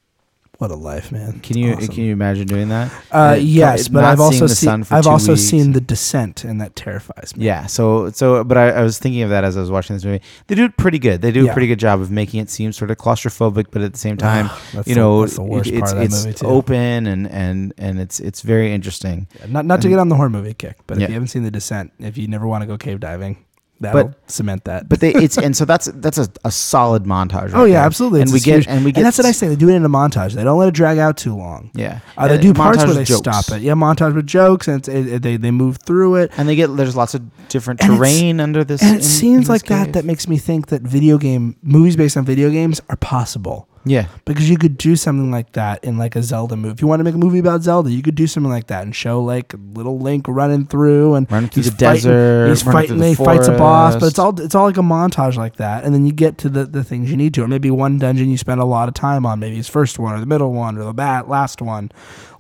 S2: What a life, man.
S1: Can you
S2: Awesome.
S1: can you imagine doing that?
S2: Uh,
S1: And it-
S2: yes, but
S1: not
S2: I've
S1: seeing
S2: also
S1: the sun
S2: seen
S1: for
S2: I've
S1: two
S2: also
S1: weeks.
S2: seen the descent, and that terrifies me.
S1: Yeah, so so, but I, I was thinking of that as I was watching this movie. They do it pretty good. They do
S2: Yeah.
S1: a pretty good job of making it seem sort of claustrophobic, but at the same time,
S2: Ah, That's
S1: you
S2: the-
S1: know,
S2: that's the worst
S1: it- it's
S2: part of that
S1: it's
S2: movie too.
S1: open and and and it's it's very interesting.
S2: Not not to get on the horror movie kick, but if
S1: Yeah.
S2: you haven't seen The Descent, if you never want to go cave diving, that'll cement that.
S1: But they it's and so that's that's a, a solid montage. Right
S2: oh yeah,
S1: there.
S2: absolutely.
S1: And
S2: It's
S1: we get
S2: a huge-
S1: and we get
S2: that's the nice thing. They do it in a montage. They don't let it drag out too long.
S1: Yeah,
S2: Uh, they
S1: And
S2: do parts
S1: montage
S2: where
S1: with
S2: they
S1: jokes.
S2: stop it. Yeah, montage with jokes, and it's, it, it- they they move through it.
S1: and they get there's lots of different
S2: And it's-
S1: terrain under this.
S2: And
S1: in-
S2: it seems
S1: in this
S2: like that
S1: cave.
S2: that makes me think that video game movies based on video games are possible.
S1: yeah,
S2: because you could do something like that in like a Zelda movie. If you want to make a movie about Zelda, you could do something like that and show like little Link running through and
S1: Running through
S2: he's
S1: the desert,
S2: He's
S1: running through
S2: fighting.
S1: the
S2: He fights a boss, but it's
S1: forest.
S2: all it's all like a montage like that. And then you get to the, the things you need to, or maybe one dungeon you spend a lot of time on, maybe his first one or the middle one or the bat last one,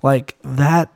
S2: like that.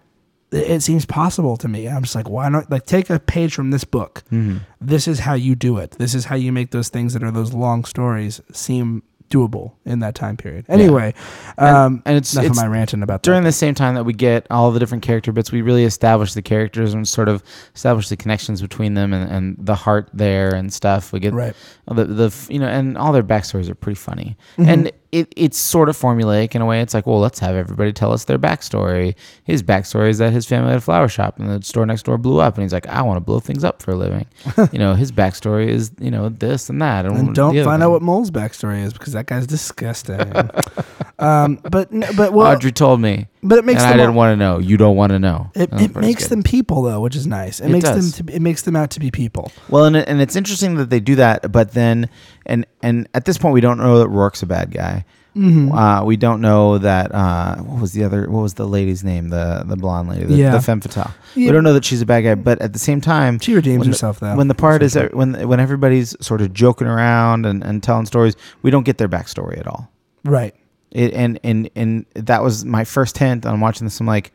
S2: It it seems possible to me. I'm just like, why not? Like, take a page from this book.
S1: Mm-hmm.
S2: This is how you do it. This is how you make those things that are those long stories seem doable in that time period. Anyway, um,
S1: and it's
S2: enough
S1: it's
S2: of my ranting about
S1: during
S2: that.
S1: the same time that we get all the different character bits, we really establish the characters and sort of establish the connections between them and, and the heart there and stuff. We get
S2: Right.
S1: the the f- you know, and all their backstories are pretty funny,
S2: Mm-hmm.
S1: and it it's sort of formulaic in a way. It's like, well, let's have everybody tell us their backstory. His backstory is that his family had a flower shop and the store next door blew up, and he's like, I want to blow things up for a living. you know, his backstory is you know this and that,
S2: And don't
S1: the other
S2: find out
S1: thing.
S2: what Mole's backstory is because that guy's disgusting. um, but n- but well,
S1: Audrey told me.
S2: but it makes
S1: and I
S2: them
S1: didn't want to know. You don't want to know.
S2: it,
S1: And
S2: it
S1: that's
S2: makes
S1: good.
S2: them people though, which is nice. It,
S1: It
S2: makes
S1: does.
S2: them to, be- it makes them out to be people.
S1: Well, and, and it's interesting that they do that, but then and and at this point we don't know that Rourke's a bad guy.
S2: Mm-hmm. Hmm.
S1: Uh, we don't know that uh, what was the other what was the lady's name the the blonde lady the,
S2: Yeah.
S1: the femme fatale.
S2: Yeah.
S1: We don't know that she's a bad guy, but at the same time
S2: She redeems
S1: when the-
S2: herself though.
S1: when the part is when when everybody's sort of joking around and, and telling stories, we don't get their backstory at all.
S2: right.
S1: It, and and and that was my first hint on watching this. I'm like,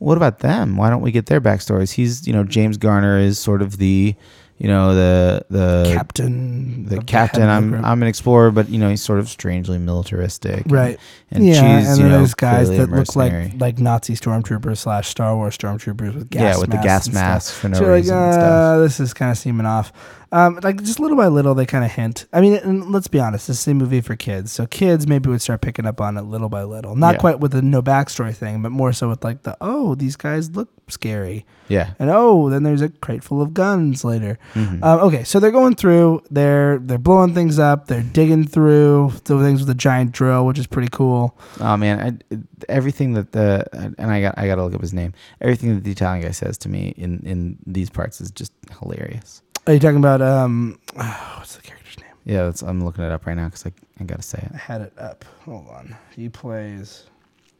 S1: what about them? Why don't we get their backstories? He's you know James Garner is sort of the you know the the
S2: captain.
S1: the
S2: of
S1: captain.
S2: head of the
S1: I'm
S2: group.
S1: I'm an explorer, but you know he's sort of strangely militaristic, and-
S2: Right.
S1: And,
S2: yeah,
S1: she's
S2: and
S1: you
S2: then
S1: know
S2: there's guys
S1: clearly a
S2: that look like
S1: mercenary.
S2: like Nazi stormtroopers slash Star Wars stormtroopers with gas
S1: yeah, with the gas
S2: masks and stuff.
S1: masks for no
S2: So you're like,
S1: reason. and stuff.
S2: uh, this is kind of seeming off. Um, like just little by little, they kind of hint. I mean, and let's be honest, this is a movie for kids, so kids maybe would start picking up on it little by little. Not
S1: Yeah.
S2: quite with the no backstory thing, but more so with like the oh, these guys look scary,
S1: Yeah.
S2: and oh, then there's a crate full of guns later.
S1: Mhm.
S2: Um, okay, so they're going through. They're they're blowing things up. They're digging through the things with a giant drill, which is pretty cool.
S1: Oh man, I, everything that the and I got I got to look up his name. Everything that the Italian guy says to me in in these parts is just hilarious.
S2: Are you talking about um, what's the character's name?
S1: Yeah, that's, I'm looking it up right now because I I gotta say it.
S2: I had it up. Hold on. He plays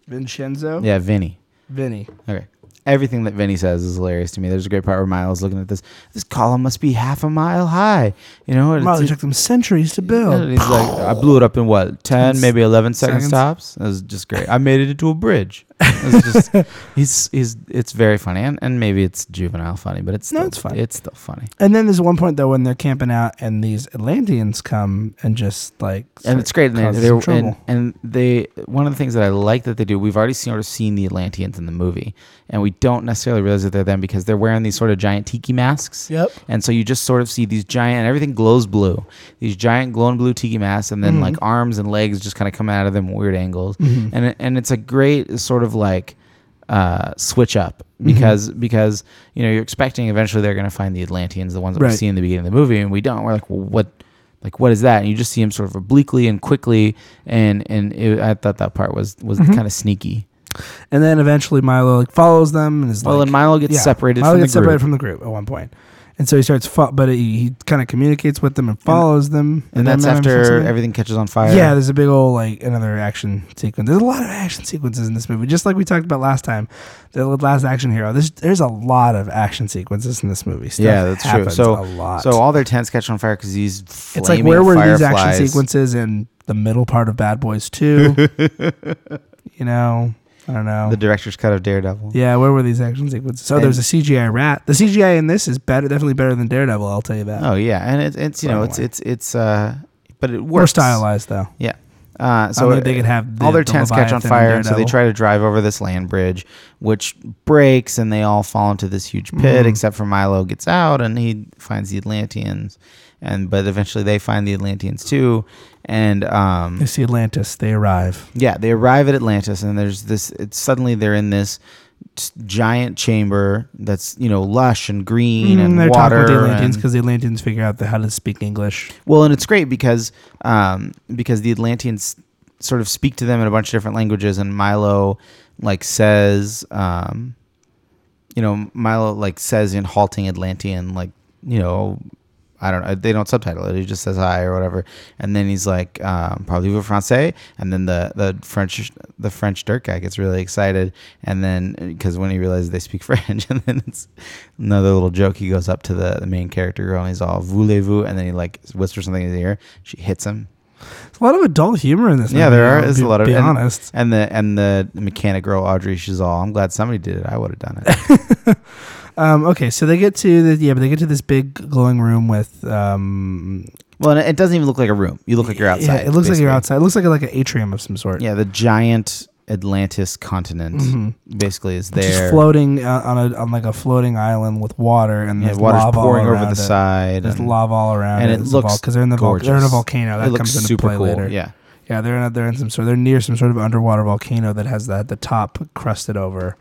S2: Vincenzo.
S1: Yeah, Vinny.
S2: Vinny.
S1: Okay. Everything that Vinny says is hilarious to me. There's a great part where Miles looking at this. This column must be half a mile high. You know, and it's-
S2: Molly took them centuries to
S1: and
S2: build.
S1: he's like, I blew it up in what ten, maybe eleven seconds
S2: Seconds.
S1: tops. It was just great. I made it into a bridge. It's just, he's he's it's very funny, and, and maybe it's juvenile funny, but it's
S2: No,
S1: still,
S2: it's funny.
S1: It's still funny.
S2: And then there's one point though when they're camping out and these Atlanteans come and just like
S1: and it's great. And,
S2: causes
S1: they,
S2: some
S1: they and,
S2: trouble.
S1: and they one of the things that I like that they do. We've already seen, sort of seen the Atlanteans in the movie, and we don't necessarily realize that they're them because they're wearing these sort of giant tiki masks.
S2: Yep.
S1: And so you just sort of see these giant, and everything glows blue. These giant glowing blue tiki masks, and then
S2: Mhm.
S1: like arms and legs just kind of coming out of them at weird angles.
S2: Mhm.
S1: And it- and it's a great sort of like uh, switch up because because you know you're expecting eventually they're going to find the Atlanteans, the ones that we
S2: Right.
S1: see in the beginning of the movie, and we don't. We're like, well, what? Like what is that? And you just see him sort of obliquely and quickly, and and it, I thought that part was was
S2: Mhm.
S1: kind of sneaky.
S2: And then eventually Milo like follows them and is
S1: Well,
S2: like
S1: and Milo gets
S2: yeah,
S1: separated
S2: Milo
S1: from
S2: gets
S1: the group,
S2: separated from the group at one point. And so he starts fo- but he, he kind of communicates with them and follows them.
S1: and
S2: then
S1: that's
S2: remember
S1: after
S2: something?
S1: everything catches on fire.
S2: Yeah, there's a big old like another action sequence. There's a lot of action sequences in this movie, just like we talked about last time. The last action hero. There's there's a lot of action sequences in this movie. Stuff
S1: Yeah, that's true.
S2: happens
S1: So-
S2: a lot.
S1: So all their tents catch on fire because these flaming
S2: it's like where were these action
S1: fireflies.
S2: sequences in the middle part of Bad Boys Two? you know, I don't know.
S1: The director's cut of Daredevil.
S2: yeah, where were these action sequences? So
S1: And-
S2: there's a CGI rat. The CGI in this is better, definitely better than Daredevil. I'll tell you that.
S1: Oh yeah, and it, it's you know
S2: Right
S1: it's
S2: away.
S1: it's it's uh, but it works.
S2: More stylized though.
S1: Uh, so
S2: So
S1: it-
S2: they could have the,
S1: all their
S2: the
S1: tents catch on
S2: Leviathan and
S1: fire, and so they
S2: Daredevil.
S1: try to drive over this land bridge, which breaks, and they all fall into this huge pit.
S2: Mhm.
S1: Except for Milo gets out, and he finds the Atlanteans, and but eventually they find the Atlanteans too, and um,
S2: You see Atlantis. They arrive.
S1: yeah, they arrive at Atlantis, and there's this. It's suddenly they're in this t- giant chamber that's you know lush and green
S2: Mm,
S1: and
S2: they're
S1: water.
S2: talking with the
S1: and-
S2: Atlanteans because the Atlanteans figure out the, how to speak English.
S1: well, and it's great because um, because the Atlanteans sort of speak to them in a bunch of different languages, and Milo like says, um, you know, Milo like says in halting Atlantean, like you know. I don't know. They don't subtitle it. He just says hi or whatever, and then he's like, um, "Parlez-vous français?" And then the, the French the French dirt guy gets really excited, and then because when he realizes they speak French, and then it's another little joke. He goes up to the, the main character girl and he's all voulez-vous, and then he like whispers something in his ear. She hits him,
S2: There's a lot of adult humor in this.
S1: Yeah,
S2: movie,
S1: there are.
S2: I'll
S1: There's a
S2: be-
S1: lot of-
S2: Be
S1: and-
S2: honest.
S1: and the and the mechanic girl Audrey. She's all, "I'm glad somebody did it. I would have done it."
S2: Um, okay, so they get to the yeah, but they get to this big glowing room with um.
S1: well, and it doesn't even look like a room. You look like you're
S2: yeah,
S1: outside.
S2: it looks like
S1: basically.
S2: you're outside. It looks like like an atrium of some sort.
S1: Yeah, the giant Atlantis continent
S2: Mhm.
S1: basically is
S2: It's
S1: there.
S2: Just floating uh, on a on like a floating island with water and
S1: Yeah,
S2: there's
S1: water's
S2: lava all
S1: pouring over the
S2: around it.
S1: side.
S2: There's
S1: and
S2: lava all around,
S1: and it looks
S2: because they're in the vol- they're in a
S1: gorgeous.
S2: volcano that
S1: it looks
S2: comes into
S1: super
S2: play
S1: cool.
S2: later.
S1: Yeah,
S2: Yeah, they're in, they're in some sort. They're near some sort of underwater volcano that has that the top crusted over,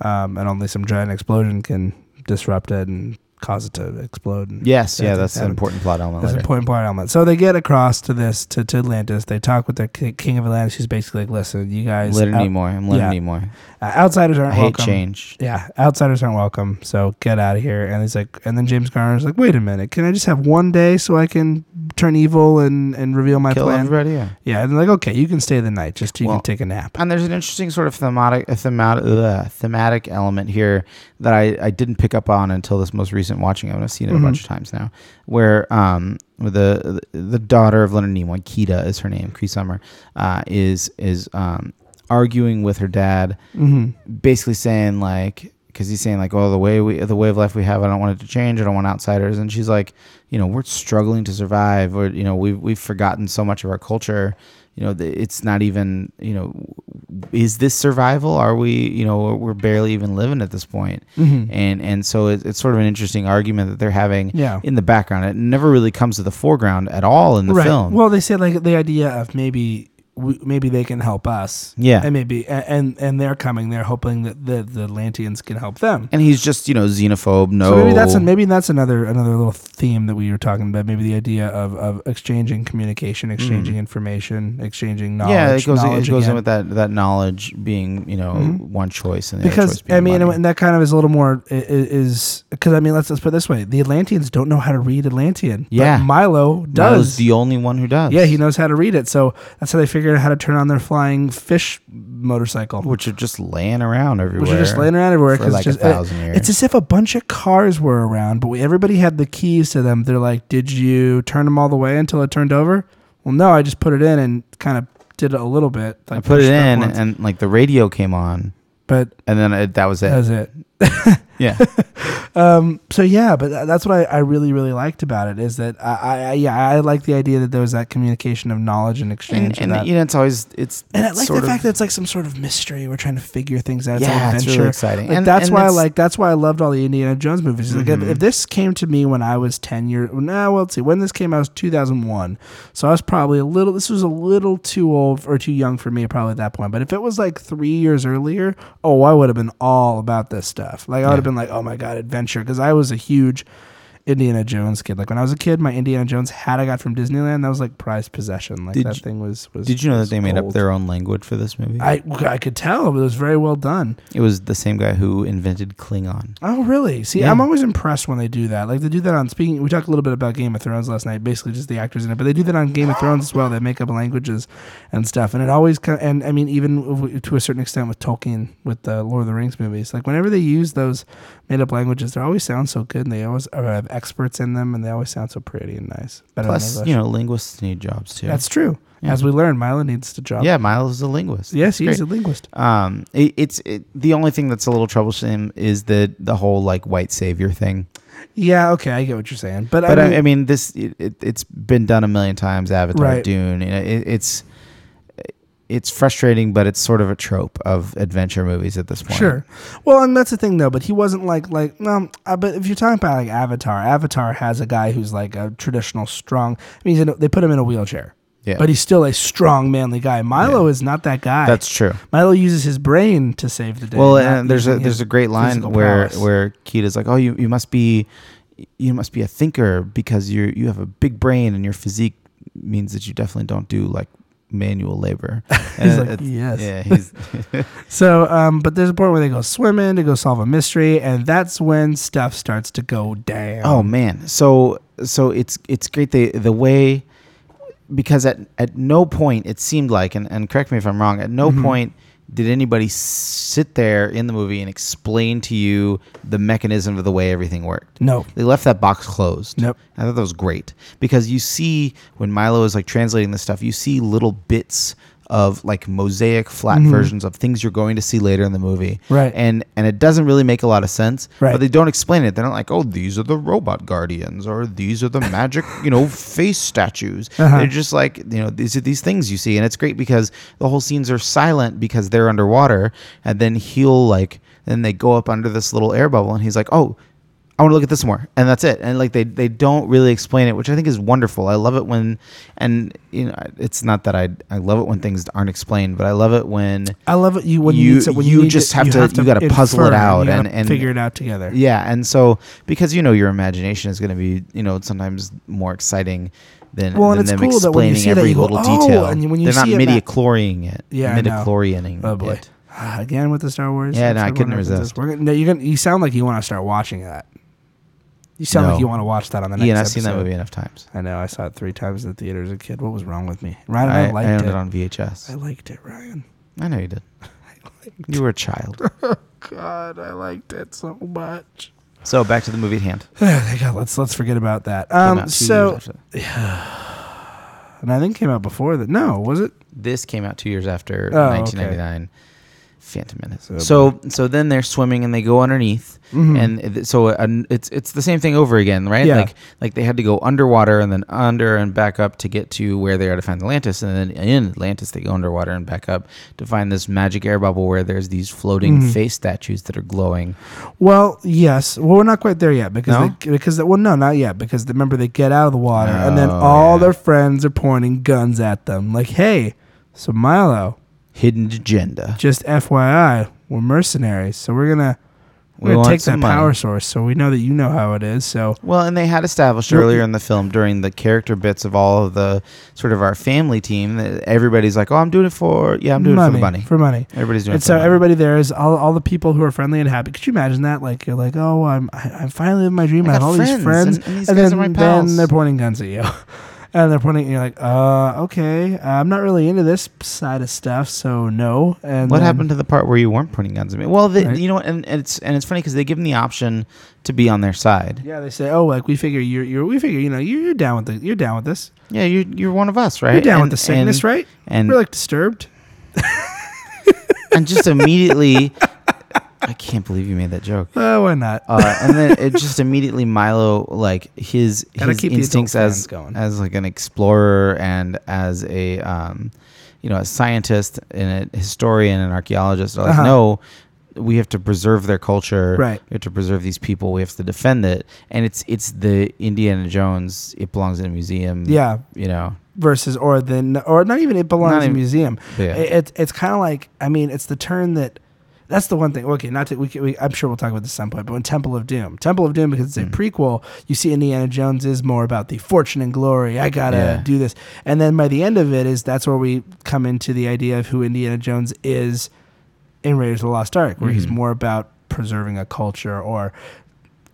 S2: um, and only some giant explosion can disrupt it and cause it to explode. And
S1: yes, yeah.
S2: That's
S1: That's an
S2: happened.
S1: important plot element.
S2: That's an
S1: later.
S2: important part element. So they get across to this to, to Atlantis. They talk with their ki- king of Atlantis. Who's basically like, "Listen, you guys,
S1: Leonard
S2: out-
S1: Nimoy. I'm Leonard
S2: yeah.
S1: Nimoy.
S2: uh, outsiders aren't
S1: I hate
S2: welcome."
S1: change.
S2: Yeah, outsiders aren't welcome. So get out of here. And he's like, and then James Garner's like, "Wait a minute, can I just have one day so I can turn evil and and reveal my
S1: Kill
S2: plan?"
S1: everybody. Yeah.
S2: Yeah, and they're like, "Okay, you can stay the night. Just you
S1: Well,
S2: can take a nap."
S1: And there's an interesting sort of thematic thematic, uh, thematic element here that I, I didn't pick up on until this most recent watching of it. I've seen it
S2: Mhm.
S1: a bunch of times now, where um with the the daughter of Leonard Nimoy, Kida is her name, Cree Summer, uh, is is um arguing with her dad,
S2: Mm-hmm.
S1: basically saying like because he's saying like, "Oh, the way we, the way of life we have, I don't want it to change. I don't want outsiders." And she's like, "You know, we're struggling to survive, or you know, we've we've forgotten so much of our culture. You know, th- it's not even, you know, is this survival? Are we, you know, we're barely even living at this point."
S2: Mm-hmm.
S1: And and so it, it's sort of an interesting argument that they're having
S2: Yeah.
S1: in the background. It never really comes to the foreground at all in the film.
S2: Well, they said like the idea of maybe we, maybe they can help us.
S1: Yeah.
S2: and maybe a- and and they're coming. They're hoping that the the Atlanteans can help them.
S1: and he's just, you know, xenophobe. No,
S2: So maybe that's a,
S1: Oh.
S2: maybe that's another another little theme that we were talking about. Maybe the idea of, of exchanging communication, exchanging information, exchanging knowledge.
S1: Mm. yeah, it goes it
S2: knowledge
S1: goes in
S2: again. Mm-hmm.
S1: with that that knowledge being you know one choice and the other choice
S2: because
S1: being
S2: I mean,
S1: money.
S2: and that kind of is a little more i- i- is because I mean, let's let's put it this way: the Atlanteans don't know how to read Atlantean.
S1: Yeah.
S2: but Milo does.
S1: Milo's the only one who does.
S2: yeah, he knows how to read it, so that's how they figured out how to turn on their flying fish motorcycle.
S1: which are just laying around everywhere.
S2: Which are just laying around everywhere
S1: for
S2: because
S1: like a
S2: just
S1: thousand
S2: it-
S1: years.
S2: it's as if a bunch of cars were around, but we, everybody had the keys to them. They're like, "Did you turn them all the way until it turned over?" Well, no, I just put it in and kind of did it a little bit.
S1: I
S2: Like
S1: put it
S2: pushed up
S1: in,
S2: once.
S1: and like the radio came on,
S2: but
S1: and then it, that was it.
S2: that was it.
S1: yeah,
S2: Um, so yeah, but tha- that's what I, I really really liked about it is that I, I I- yeah I like the idea that there was that communication of knowledge and exchange
S1: and,
S2: and, that.
S1: and you know, it's always it's.
S2: and I like the
S1: sort of-
S2: fact that it's like some sort of mystery. We're trying to figure things out. It's an
S1: yeah,
S2: adventure.
S1: it's really exciting,
S2: Like, that's why I
S1: it's- Mm-hmm.
S2: like that's why I loved all the Indiana Jones movies. It's Like if, if this came to me when I was ten years, nah, well, let's see, when this came out was two thousand one, so I was probably a little. This was a little too old or too young for me probably at that point. But if it was like three years earlier, oh, I would have been all about this stuff. Like I would have been like, oh my god, adventure, because I was a huge. Indiana Jones kid. Like when I was a kid, my Indiana Jones hat I got from Disneyland that was like prized possession. Like
S1: Did
S2: that
S1: you-
S2: thing was was.
S1: Did you know that
S2: was
S1: they made up
S2: gold.
S1: their own language for this movie?
S2: I I could tell it was very well done.
S1: it was the same guy who invented Klingon.
S2: Oh, really? See,
S1: Yeah.
S2: I'm always impressed when they do that. Like they do that on speaking. We talked a little bit about Game of Thrones last night, basically just the actors in it, but they do that on Game of Thrones as well. They make up languages and stuff, and it always kind and I mean even if we- to a certain extent with Tolkien with the Lord of the Rings movies. Like whenever they use those made up languages, they always sound so good, and they always uh, have experts in them, and they always sound so pretty and nice. Better than
S1: Plus,
S2: English.
S1: you know, linguists need jobs too.
S2: that's true.
S1: Yeah.
S2: As we learn, Milo needs to job.
S1: yeah, Miles is a linguist.
S2: Yes, he's
S1: Great.
S2: a linguist.
S1: Um, it, it's it, the only thing that's a little troublesome is the the whole like white savior thing.
S2: Yeah. Okay, I get what you're saying, but,
S1: But uh,
S2: I
S1: I
S2: mean,
S1: I, mean, this it, it, it's been done a million times. Avatar,
S2: Right.
S1: Dune. You know, it, it's it's frustrating, but it's sort of a trope of adventure movies at this point.
S2: Sure. Well, and that's the thing though. But he wasn't like like um. Uh, but if you're talking about like Avatar, Avatar has a guy who's like a traditional strong. I mean, he's in a, they put him in a wheelchair,
S1: Yeah,
S2: but he's still a strong, manly guy. Milo is not that guy.
S1: that's true.
S2: Milo uses his brain to save the day.
S1: Well,
S2: not
S1: and there's a
S2: using
S1: there's
S2: his
S1: a great line
S2: physical
S1: where
S2: prowess.
S1: where Kita's like, "Oh, you, you must be, you must be a thinker because you you have a big brain and your physique means that you definitely don't do like manual labor."
S2: He's
S1: And
S2: like,
S1: it's-
S2: "Yes."
S1: yeah, he's
S2: So, um, but there's a point where they go swimming to go solve a mystery, and that's when stuff starts to go down.
S1: Oh man, so so it's it's great the the way because at at no point it seemed like and, and correct me if I'm wrong at
S2: Mm-hmm.
S1: no point did anybody sit there in the movie and explain to you the mechanism of the way everything worked.
S2: no,
S1: They left that box closed.
S2: Yep.
S1: I thought that was great because you see when Milo is like translating this stuff, you see little bits of like mosaic flat versions of things you're going to see later in the movie.
S2: Mm-hmm. Right.
S1: And and it doesn't really make a lot of sense.
S2: Right.
S1: But they don't explain it. They're not like, oh, these are the robot guardians or these are the magic, you know, face statues.
S2: Uh-huh.
S1: They're just like, you know, these are these things you see. And it's great because the whole scenes are silent because they're underwater. And then he'll like then they go up under this little air bubble and he's like, Oh, I want to look at this some more, and that's it. And like they they don't really explain it, which I think is wonderful. I love it when, and you know, it's not that I I love it when things aren't explained, but I love it when
S2: I love it. You when
S1: You-
S2: you, need to- when
S1: you
S2: need
S1: just have to- you gotta puzzle it
S2: infer,
S1: out
S2: you gotta
S1: and- and-
S2: figure it out together.
S1: yeah, and so because you know your imagination is going to be you know sometimes more exciting than
S2: Well, and
S1: than
S2: it's
S1: them
S2: cool that when you
S1: explaining
S2: see that,
S1: every
S2: you go,
S1: little
S2: "Oh,"
S1: detail.
S2: and when you
S1: They're
S2: see
S1: not
S2: it, that-
S1: midichlorianing it.
S2: Yeah, I know.
S1: midichlorianing.
S2: Oh boy!
S1: it.
S2: Ah, Again with the Star Wars.
S1: Yeah, no, I
S2: Star Wars
S1: couldn't
S2: references.
S1: resist.
S2: We're gonna, no, you're gonna, you sound like you want to start watching that. You sound
S1: No.
S2: like you want to watch that on the next.
S1: Ian, I've
S2: episode.
S1: seen that movie enough times.
S2: I know. I saw it three times in the theater as a kid. What was wrong with me? Ryan,
S1: I,
S2: I,
S1: I,
S2: liked
S1: owned
S2: it.
S1: it. on
S2: I
S1: VHS.
S2: liked it, Ryan.
S1: I know you did. You were a child.
S2: Oh, God, I liked it so much.
S1: so back to the movie at hand.
S2: Thank Oh God. Let's let's forget about that.
S1: Came out
S2: Um,
S1: two years
S2: so
S1: after that.
S2: and I think it came out before that. No, was it?
S1: this came out two years after
S2: Oh,
S1: 1999. Phantom Menace. So so then they're swimming and they go underneath, and it- so uh, an- it's it's the same thing over again, right?
S2: Mm-hmm. Yeah.
S1: Like like they had to go underwater and then under and back up to get to where they are to find Atlantis, and then in Atlantis they go underwater and back up to find this magic air bubble where there's these floating
S2: Mm-hmm.
S1: face statues that are glowing.
S2: Well, yes. Well, we're not quite there yet because
S1: No?
S2: they, because well, no, not yet because remember they get out of the water and
S1: Oh,
S2: then all their friends are pointing guns at them like, "Hey, so Milo,
S1: Hidden agenda.
S2: just FYI, we're mercenaries, so we're gonna
S1: We
S2: we're gonna
S1: want
S2: take that
S1: some money."
S2: power source. So we know that you know how it is. So
S1: Well, and they had established
S2: Well-
S1: earlier in the film during the character bits of all of the sort of our family team that everybody's like, "Oh, I'm doing it for yeah, I'm doing it for the money."
S2: for money.
S1: Everybody's doing
S2: And
S1: it. For
S2: so
S1: the money.
S2: everybody there is all, all the people who are friendly and happy. Could you imagine that? Like you're like, oh, I'm I, I'm finally living my dream.
S1: I
S2: I, have
S1: got
S2: all these friends,
S1: friends, and- and these guys
S2: then,
S1: are my
S2: then
S1: pals.
S2: they're pointing guns at you, and they're pointing. And you're like, uh, okay, I'm not really into this side of stuff, so no. And
S1: What
S2: then-
S1: happened to the part where you weren't pointing guns at me? Well, they,
S2: Right.
S1: you know, and, and it's and it's funny because they give them the option to be on their side.
S2: Yeah, they say, oh, like we figure you're you're we figure you know you're, you're down with the, you're down with this.
S1: Yeah, you're you're one of us, right?
S2: You're down
S1: And-
S2: with the sickness,
S1: and,
S2: right?
S1: And
S2: We're like disturbed.
S1: and just immediately, I can't believe you made that joke.
S2: Uh, why not?
S1: Uh, and then it just immediately Milo like his
S2: Gotta
S1: his
S2: keep the adult
S1: instincts
S2: fans
S1: as
S2: going.
S1: as like an explorer and as a um, you know a scientist and a historian and archaeologist are like
S2: Uh-huh.
S1: no we have to preserve their culture
S2: Right.
S1: we have to preserve these people we have to defend it and it's it's the Indiana Jones it belongs in a museum
S2: Yeah.
S1: you know
S2: versus or then or not even it
S1: Not
S2: belongs in a
S1: even-
S2: museum.
S1: Yeah.
S2: It, it's it's kind of like I mean it's the turn that that's the one thing. Okay, not to, we, can- we I'm sure we'll talk about this at some point, but in Temple of Doom, Temple of Doom because
S1: Mm.
S2: it's a prequel, you see Indiana Jones is more about the fortune and glory. I gotta
S1: Yeah.
S2: do this, and then by the end of it is that's where we come into the idea of who Indiana Jones is in Raiders of the Lost Ark, where
S1: Mm-hmm.
S2: he's more about preserving a culture or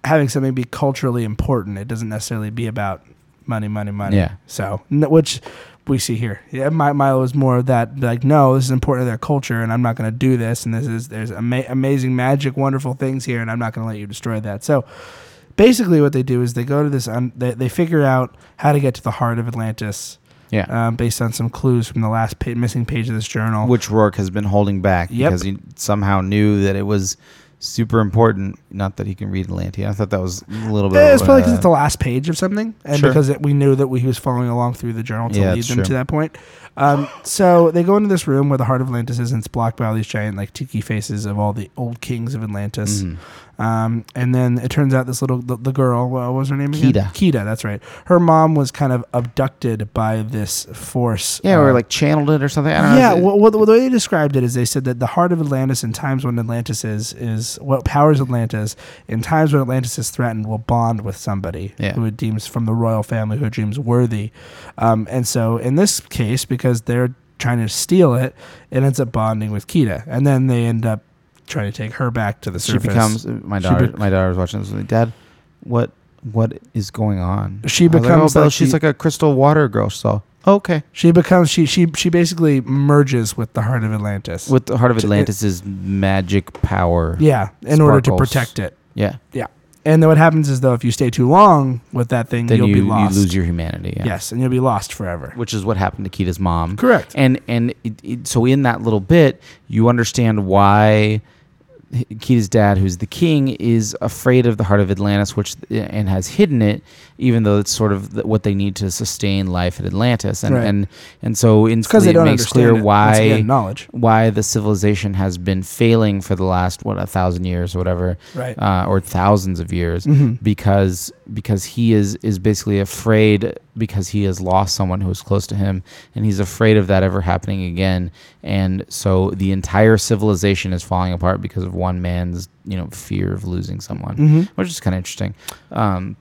S2: having something be culturally important. It doesn't necessarily be about money, money, money.
S1: Yeah.
S2: So, n- which we see here. Yeah, my, Milo is more of that, like, no, this is important to their culture, and I'm not going to do this. And this is there's ama- amazing, magic, wonderful things here, and I'm not going to let you destroy that. So, basically, what they do is they go to this. Un- they, they figure out how to get to the heart of Atlantis.
S1: yeah
S2: Um, based on some clues from the last pa- missing page of this journal,
S1: which Rourke has been holding back
S2: Yep.
S1: because he somehow knew that it was super important. Not that he can read Atlantean. I thought that was a little bit.
S2: Yeah, it's probably
S1: uh,
S2: because it's the last page of something, and
S1: Sure.
S2: because it, we knew that we, he was following along through the journal to
S1: Yeah,
S2: lead
S1: it's
S2: them to
S1: true.
S2: that point. Um, so they go into this room where the heart of Atlantis is, and it's blocked by all these giant like tiki faces of all the old kings of Atlantis.
S1: Mm-hmm.
S2: Um, and then it turns out this little the, the girl, what was her name? Again?
S1: Kida.
S2: Kida, that's right. Her mom was kind of abducted by this force.
S1: yeah,
S2: uh,
S1: or like channeled it or something. I don't
S2: yeah,
S1: know.
S2: well, well, the way they described it is they said that the heart of Atlantis in times when Atlantis is is what powers Atlantis in times when Atlantis is threatened will bond with somebody
S1: Yeah.
S2: who it deems from the royal family who it deems worthy, um, and so in this case because they're trying to steal it, it ends up bonding with Kita, and then they end up trying to take her back to the
S1: she
S2: surface.
S1: becomes uh, my
S2: She
S1: daughter.
S2: bec-
S1: my daughter was watching this. Like, Dad, what what is going on? I
S2: She
S1: was like,
S2: becomes
S1: oh, Belle,
S2: like
S1: she's
S2: the-
S1: like a crystal water girl. So okay,
S2: she becomes she she she basically merges with the heart of Atlantis.
S1: with the heart of
S2: It-
S1: Atlantis's magic power.
S2: yeah, in order to
S1: Sparkles.
S2: protect it.
S1: Yeah.
S2: And then what happens is though, if you stay too long with that thing,
S1: Then
S2: you'll
S1: you,
S2: be
S1: you
S2: lost.
S1: lose your humanity. Yeah.
S2: Yes, and you'll be lost forever.
S1: Which is what happened to Kita's mom.
S2: Correct.
S1: and and it, it, so in that little bit you understand why Kita's dad, who's the king, is afraid of the heart of Atlantis, which and has hidden it, even though it's sort of the, what they need to sustain life at Atlantis, and
S2: Right.
S1: and and so
S2: Because
S1: instantly
S2: they don't
S1: it makes
S2: understand
S1: clear
S2: it.
S1: why
S2: Once again, knowledge.
S1: why the civilization has been failing for the last what a thousand years or whatever,
S2: Right. Mm-hmm.
S1: uh, or thousands of years, because because he is is basically afraid because he has lost someone who was close to him, and he's afraid of that ever happening again, and so the entire civilization is falling apart because of one man's you know fear of losing someone,
S2: Mm-hmm.
S1: which is kind of interesting. Um,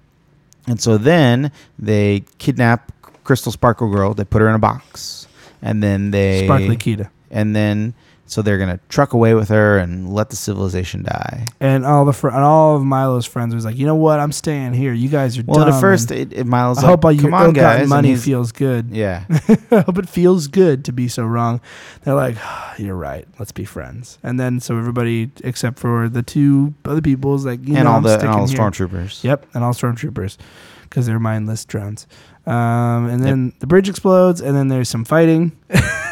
S1: and so then they kidnap Crystal Sparkle Girl. They put her in a box. And then they
S2: Sparkly Kita.
S1: and then so they're gonna truck away with her and let the civilization die.
S2: And all the fr- and all of Milo's friends was like, you know what? I'm staying here. You guys are
S1: Well,
S2: dumb.
S1: at first,
S2: and
S1: it, it Miles
S2: I
S1: like,
S2: hope all your
S1: come on, guys.
S2: ill-gotten
S1: and
S2: money
S1: he's-
S2: feels good.
S1: yeah,
S2: I hope it feels good to be so wrong. They're like, "Ah, you're right. Let's be friends. And then so everybody except for the two other people is like, you
S1: and
S2: know,
S1: all
S2: I'm
S1: the and
S2: sticking
S1: all the
S2: here.
S1: stormtroopers.
S2: Yep, and all stormtroopers because they're mindless drones. Um, and then the bridge explodes, and then there's some fighting.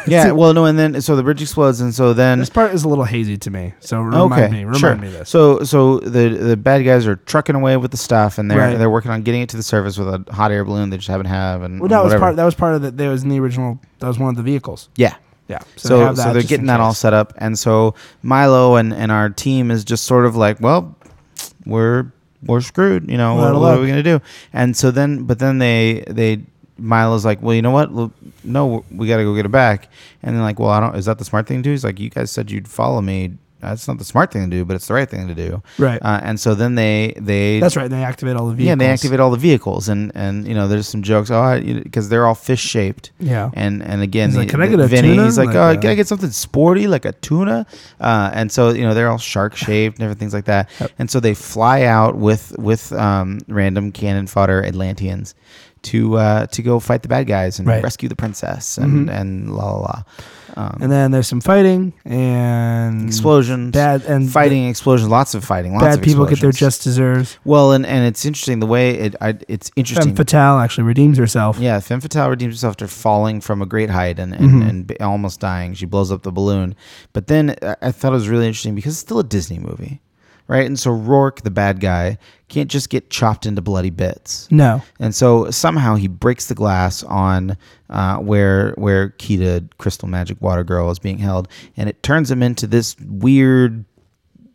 S1: Yeah. Well, no, and then so the bridge explodes, and so then
S2: This part is a little hazy to me, so remind
S1: okay,
S2: me, remind
S1: sure.
S2: me of this.
S1: So so the the bad guys are trucking away with the stuff, and they're
S2: Right.
S1: they're working on getting it to the surface with a hot air balloon they just haven't have, and
S2: Well, that was
S1: whatever.
S2: part. That was part of the. That was in the original. That was one of the vehicles.
S1: yeah.
S2: Yeah.
S1: So,
S2: they
S1: so,
S2: have that
S1: they're
S2: just in
S1: getting that all
S2: case.
S1: set up, and so Milo and, and our team is just sort of like, well, we're we're screwed, you know.
S2: We're
S1: What,
S2: out of
S1: what are
S2: luck.
S1: we gonna do? And so then, but then they they Milo's like, well, you know what? Well, No, we got to go get it back. And then like, well, I don't. Is that the smart thing to do? He's like, you guys said you'd follow me. That's not the smart thing to do, but it's the right thing to do.
S2: Right.
S1: Uh, and so then they they
S2: That's right. They activate all the vehicles.
S1: yeah they activate all the vehicles and and you know there's some jokes oh because they're all fish shaped
S2: Yeah.
S1: and and again,
S2: He's like,
S1: the-
S2: "Can I
S1: the
S2: get a
S1: Vinny,
S2: tuna?"
S1: He's like,
S2: Like,
S1: oh,
S2: uh,
S1: can I get something sporty like a tuna? Uh, and so you know they're all shark shaped and everything's like that.
S2: Yep.
S1: And so they fly out with with um, random cannon fodder Atlanteans to uh, to go fight the bad guys and
S2: Right.
S1: rescue the princess and
S2: Mhm.
S1: and la la la. Um,
S2: And then there's some fighting and
S1: explosions,
S2: Bad and
S1: fighting, explosions, lots of fighting, lots
S2: Bad
S1: of
S2: people get their
S1: explosions.
S2: just deserves.
S1: well, and and it's interesting the way it I, it's
S2: Femme
S1: interesting.
S2: Fatale actually redeems herself.
S1: Yeah, Femme Fatale redeems herself after falling from a great height and and,
S2: Mhm.
S1: and b- almost dying. She blows up the balloon. But then I- I thought it was really interesting because it's still a Disney movie, right? And so Rourke, the bad guy, can't just get chopped into bloody bits.
S2: No.
S1: And so somehow he breaks the glass on uh, where where Kita, Crystal Magic Water Girl, is being held, and it turns him into this weird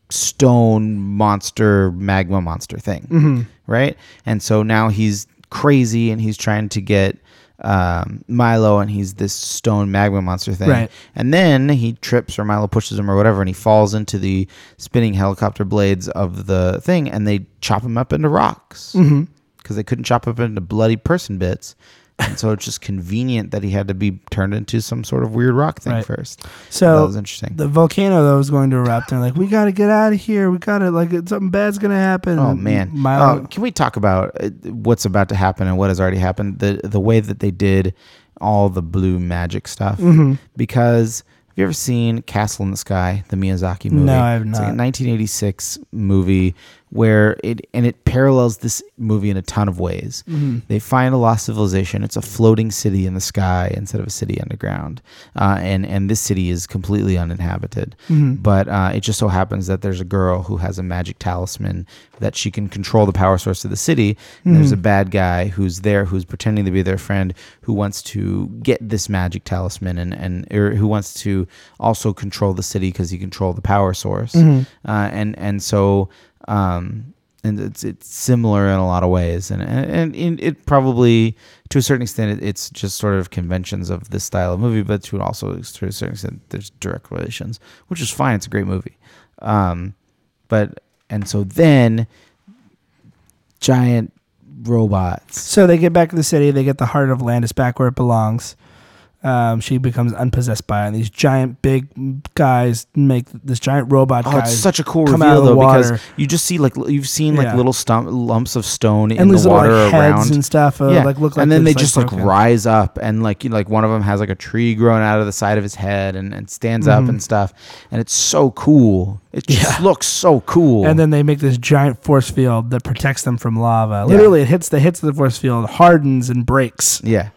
S1: stone monster, magma monster thing
S2: Mm-hmm.
S1: right? And so now he's crazy and he's trying to get um, Milo and he's this stone magma monster thing.
S2: Right.
S1: And then he trips or Milo pushes him or whatever and he falls into the spinning helicopter blades of the thing and they chop him up into rocks
S2: Mm-hmm.
S1: because they couldn't chop up into bloody person bits. And so it's just convenient that he had to be turned into some sort of weird rock thing
S2: Right.
S1: first. that
S2: So
S1: was interesting.
S2: the volcano that was going to erupt, and like we got to get out of here. We got to like it- something bad's gonna happen.
S1: Oh
S2: And
S1: man!
S2: Milo,
S1: Uh, can we talk about uh, what's about to happen and what has already happened? The the way that they did all the blue magic stuff.
S2: Mhm.
S1: Because have you ever seen Castle in the Sky, the Miyazaki movie?
S2: No, I have
S1: It's like a
S2: not.
S1: 1986 movie where it and it parallels this movie in a ton of ways. They find a lost civilization. It's a floating city in the sky instead of a city underground, uh, and and this city is completely uninhabited. But uh, it just so happens that there's a girl who has a magic talisman that she can control the power source of the city. And There's a bad guy who's there who's pretending to be their friend who wants to get this magic talisman and and or who wants to also control the city because he controlled the power source. Uh, and and so. Um, and it's it's similar in a lot of ways, and and, and it probably to a certain extent it, it's just sort of conventions of this style of movie, but to also to a certain extent there's direct relations, which is fine. It's a great movie, um, but and so then giant robots.
S2: so they get back to the city. They get the heart of Landis back where it belongs. Um, she becomes unpossessed by it. And these giant big guys make this giant robot.
S1: Oh,
S2: guys
S1: it's such a cool
S2: come
S1: reveal
S2: out of the
S1: though
S2: water.
S1: because you just see like l- you've seen like
S2: Yeah.
S1: little stump, lumps of stone in
S2: and these
S1: the
S2: little
S1: water
S2: like, heads
S1: around.
S2: and stuff. Uh, like look like
S1: and then
S2: it's,
S1: they just like
S2: broken.
S1: rise up and like you know, like one of them has like a tree growing out of the side of his head and, and stands
S2: Mm-hmm.
S1: up and stuff and it's so cool it just looks so cool
S2: and then they make this giant force field that protects them from lava. Literally, it hits the hits of the force field, hardens and breaks.
S1: yeah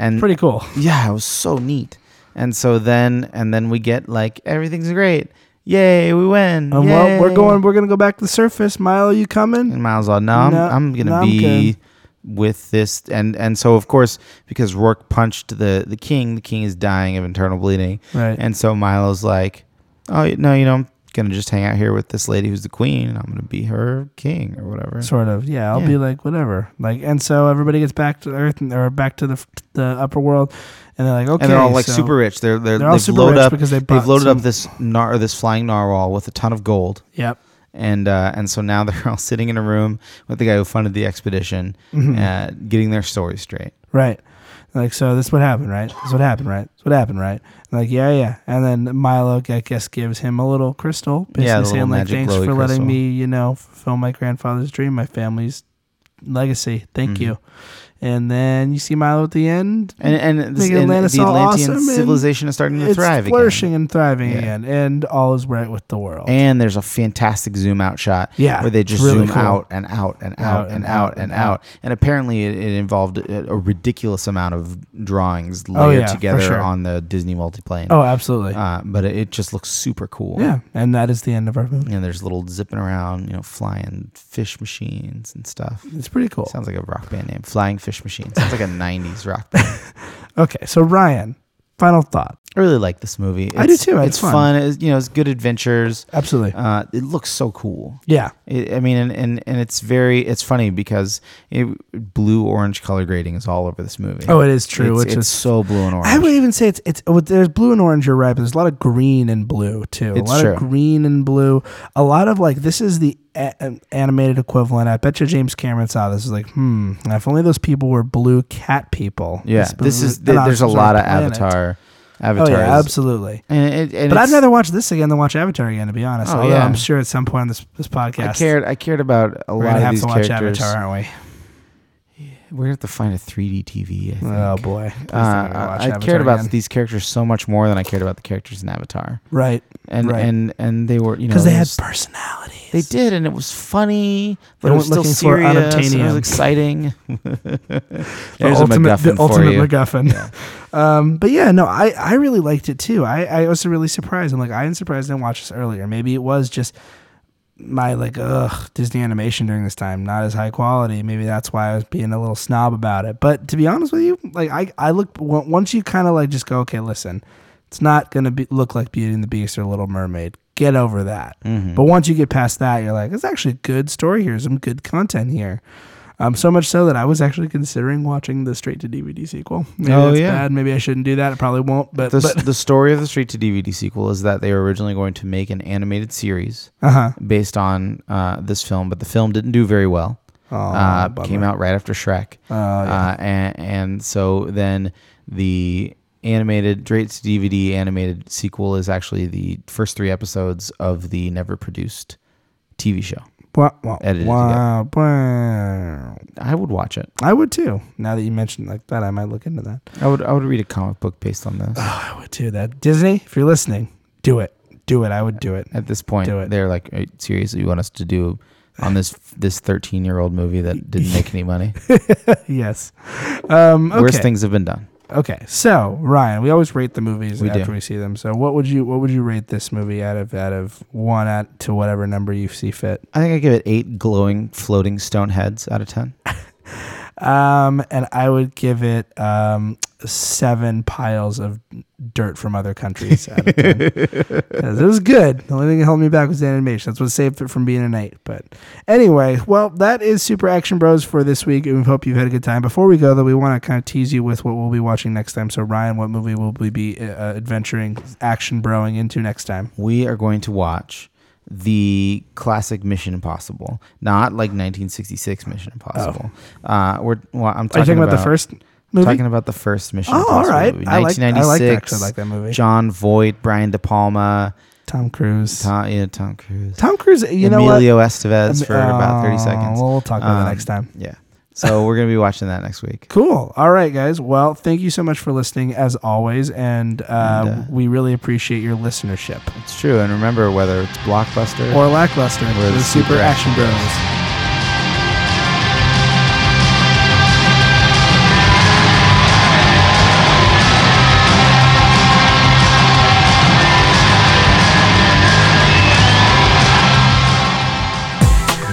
S1: and
S2: Pretty cool.
S1: yeah it was so neat and so then and then we get like everything's great yay we win
S2: And well, we're
S1: Yay.
S2: going. We're gonna go back to the surface. Milo, you coming?
S1: and miles off no,
S2: No,
S1: I'm, I'm gonna
S2: no, I'm
S1: be with this and and so of course because rourke punched the the king the king is dying of internal bleeding
S2: Right.
S1: And so Milo's like, "Oh no, you know, I'm gonna just hang out here with this lady who's the queen, and I'm gonna be her king or whatever."
S2: sort of. Yeah. I'll
S1: Yeah.
S2: be like whatever. Like, and so everybody gets back to Earth and, or back to the the upper world, and they're like, okay.
S1: and they're all like
S2: so
S1: super rich. They're they're,
S2: They're all
S1: they've
S2: super
S1: loaded
S2: rich
S1: up
S2: because they
S1: they've
S2: bought
S1: loaded
S2: some-
S1: up this nar this flying narwhal with a ton of gold,
S2: Yep.
S1: and uh, and so now they're all sitting in a room with the guy who funded the expedition,
S2: Hmm.
S1: uh, getting their story straight.
S2: Right. Like so, this is what happened, right? This is what happened, right? This is what happened, right? And like, yeah, yeah. And then Milo, I guess, gives him a little crystal, basically
S1: Yeah, the little
S2: saying like,
S1: magic
S2: "Thanks for
S1: glowy
S2: letting
S1: crystal.
S2: me, you know, fulfill my grandfather's dream, my family's legacy. Thank
S1: Mhm.
S2: you." and then you see Milo at the end.
S1: And and, this,
S2: Making
S1: and the
S2: Atlantis all
S1: Atlantean
S2: awesome and
S1: civilization is starting to
S2: It's
S1: thrive
S2: flourishing and thriving
S1: Yeah.
S2: again, and all is right with the world.
S1: again. And there's a fantastic zoom out shot
S2: Yeah,
S1: where they just
S2: really
S1: zoom
S2: cool.
S1: out and out and out and out and out. And apparently it, it involved a, a ridiculous amount of drawings layered
S2: Oh, yeah, for
S1: together
S2: sure.
S1: on the Disney multiplane.
S2: oh, absolutely.
S1: Uh, but it, it just looks super cool.
S2: yeah, and that is the end of our movie.
S1: And there's little zipping around, you know, flying fish machines and stuff.
S2: It's pretty cool.
S1: Sounds like a rock band name. Flying Fish Machine. Sounds like a 90s rock band.
S2: Okay, so Ryan, final thought.
S1: I really like this movie. It's,
S2: I do too. It's
S1: It's fun. It's, you know, it's good adventures.
S2: Absolutely.
S1: Uh, it looks so cool.
S2: yeah.
S1: It, I mean, and, and, and it's very, it's funny because it, blue orange color grading is all over this movie.
S2: Oh, it is true.
S1: It's,
S2: which
S1: it's
S2: is
S1: so blue and orange.
S2: I would even say it's it's oh, there's blue and orange. You're right, but there's a lot of green and blue too.
S1: It's
S2: a lot
S1: true.
S2: of green and blue. A lot of like this is the a- an animated equivalent. I bet you James Cameron saw this. Is like, hmm, if only those people were blue cat people.
S1: yeah. This is, th- there's a lot of Avatar.
S2: Oh
S1: Avatar.
S2: yeah,
S1: is-
S2: absolutely.
S1: and it, and
S2: But I'd
S1: it's-
S2: rather watch this again than watch Avatar again. To be honest,
S1: Oh,
S2: although
S1: yeah.
S2: I'm sure at some point on this this podcast,
S1: I cared. I cared about a
S2: we're
S1: lot
S2: gonna
S1: of
S2: have
S1: these
S2: to watch
S1: characters.
S2: Avatar, aren't we?
S1: We're gonna have to find a 3D TV. I think.
S2: Oh boy,
S1: Uh,
S2: Please don't make me watch
S1: I, I
S2: Avatar
S1: cared about
S2: again.
S1: these characters so much more than I cared about the characters in Avatar,
S2: right
S1: and
S2: Right.
S1: and and they were you know
S2: because they
S1: it
S2: had
S1: was-
S2: personalities.
S1: they did and it was funny, but
S2: They
S1: it was
S2: went
S1: still
S2: looking for
S1: serious. and It was
S2: unobtainium.
S1: exciting.
S2: The
S1: There's a
S2: ultimate,
S1: MacGuffin
S2: the ultimate
S1: for you.
S2: MacGuffin. Um, but yeah, no, I, I really liked it too. I, I was really surprised. I'm like, I'm surprised I didn't watch this earlier. Maybe it was just my like, ugh, Disney animation during this time, not as high quality. Maybe that's why I was being a little snob about it. But to be honest with you, like I, I look on- once you kind of like just go, okay, listen, it's not gonna be look like Beauty and the Beast or Little Mermaid. Get over that.
S1: Mm-hmm.
S2: But once you get past that, you're like, it's actually a good story here. Some good content here. Um, so much so that I was actually considering watching the straight to DVD sequel. Maybe
S1: Oh,
S2: that's
S1: yeah.
S2: bad. Maybe I shouldn't do that. I probably won't. But,
S1: The, s-
S2: but
S1: the story of the Street to DVD sequel is that they were originally going to make an animated series
S2: uh-huh.
S1: based on uh, this film, but the film didn't do very well.
S2: Oh,
S1: uh,
S2: bummer.
S1: came out right after Shrek.
S2: Oh, yeah.
S1: uh, and, and so then the animated Drake's DVD animated sequel is actually the first three episodes of the never produced TV show.
S2: Wah, wah,
S1: edited
S2: wah, wah.
S1: I would watch it.
S2: I would too. Now that you mentioned it like that, I might look into that.
S1: I would. I would read a comic book based on this.
S2: I would too. That Disney, if you're listening, do it. Do it. I would do it.
S1: At this point,
S2: Do it.
S1: they're like, "Are you- seriously, you want us to do on this this thirteen year old movie that didn't make any money?
S2: yes. Um, okay.
S1: Worst things have been done.
S2: Okay. So Ryan, we always rate the movies
S1: We
S2: after
S1: do.
S2: we see them. So what would you what would you rate this movie out of out of one out to whatever number you see fit?
S1: I think I give it eight glowing floating stone heads out of ten.
S2: Um, and I would give it um seven piles of dirt from other countries. Out of 10. 'Cause it was good. The only thing that held me back was the animation. That's what saved it from being an eight. But anyway, well, that is Super Action Bros for this week, and we hope you've had a good time. Before we go, though, we want to kind of tease you with what we'll be watching next time. So Ryan, what movie will we be uh, adventuring, action broing into next time?
S1: we are going to watch the classic Mission Impossible, not like 1966 Mission Impossible. Uh, we're well, I'm
S2: Are
S1: talking,
S2: you talking about, the first movie?
S1: Talking about the first Mission
S2: oh, all
S1: Impossible
S2: right.
S1: movie,
S2: I like. I like
S1: 1996.
S2: actually like that movie.
S1: John Voight, Brian De Palma,
S2: Tom Cruise. Tom,
S1: Tom, yeah, Tom Cruise,
S2: Cruise. You know what?
S1: Emilio Estevez for about 30
S2: Oh,
S1: seconds.
S2: We'll talk about that
S1: Um,
S2: next time.
S1: Yeah, so we're gonna be watching that next week.
S2: Cool. All right, guys. Well, thank you so much for listening as always, and, uh,
S1: And, uh,
S2: we really appreciate your listenership.
S1: It's true, and remember whether it's blockbuster
S2: Or lackluster.
S1: We're
S2: the
S1: the
S2: Super
S1: Super
S2: Action
S1: Action
S2: Bros.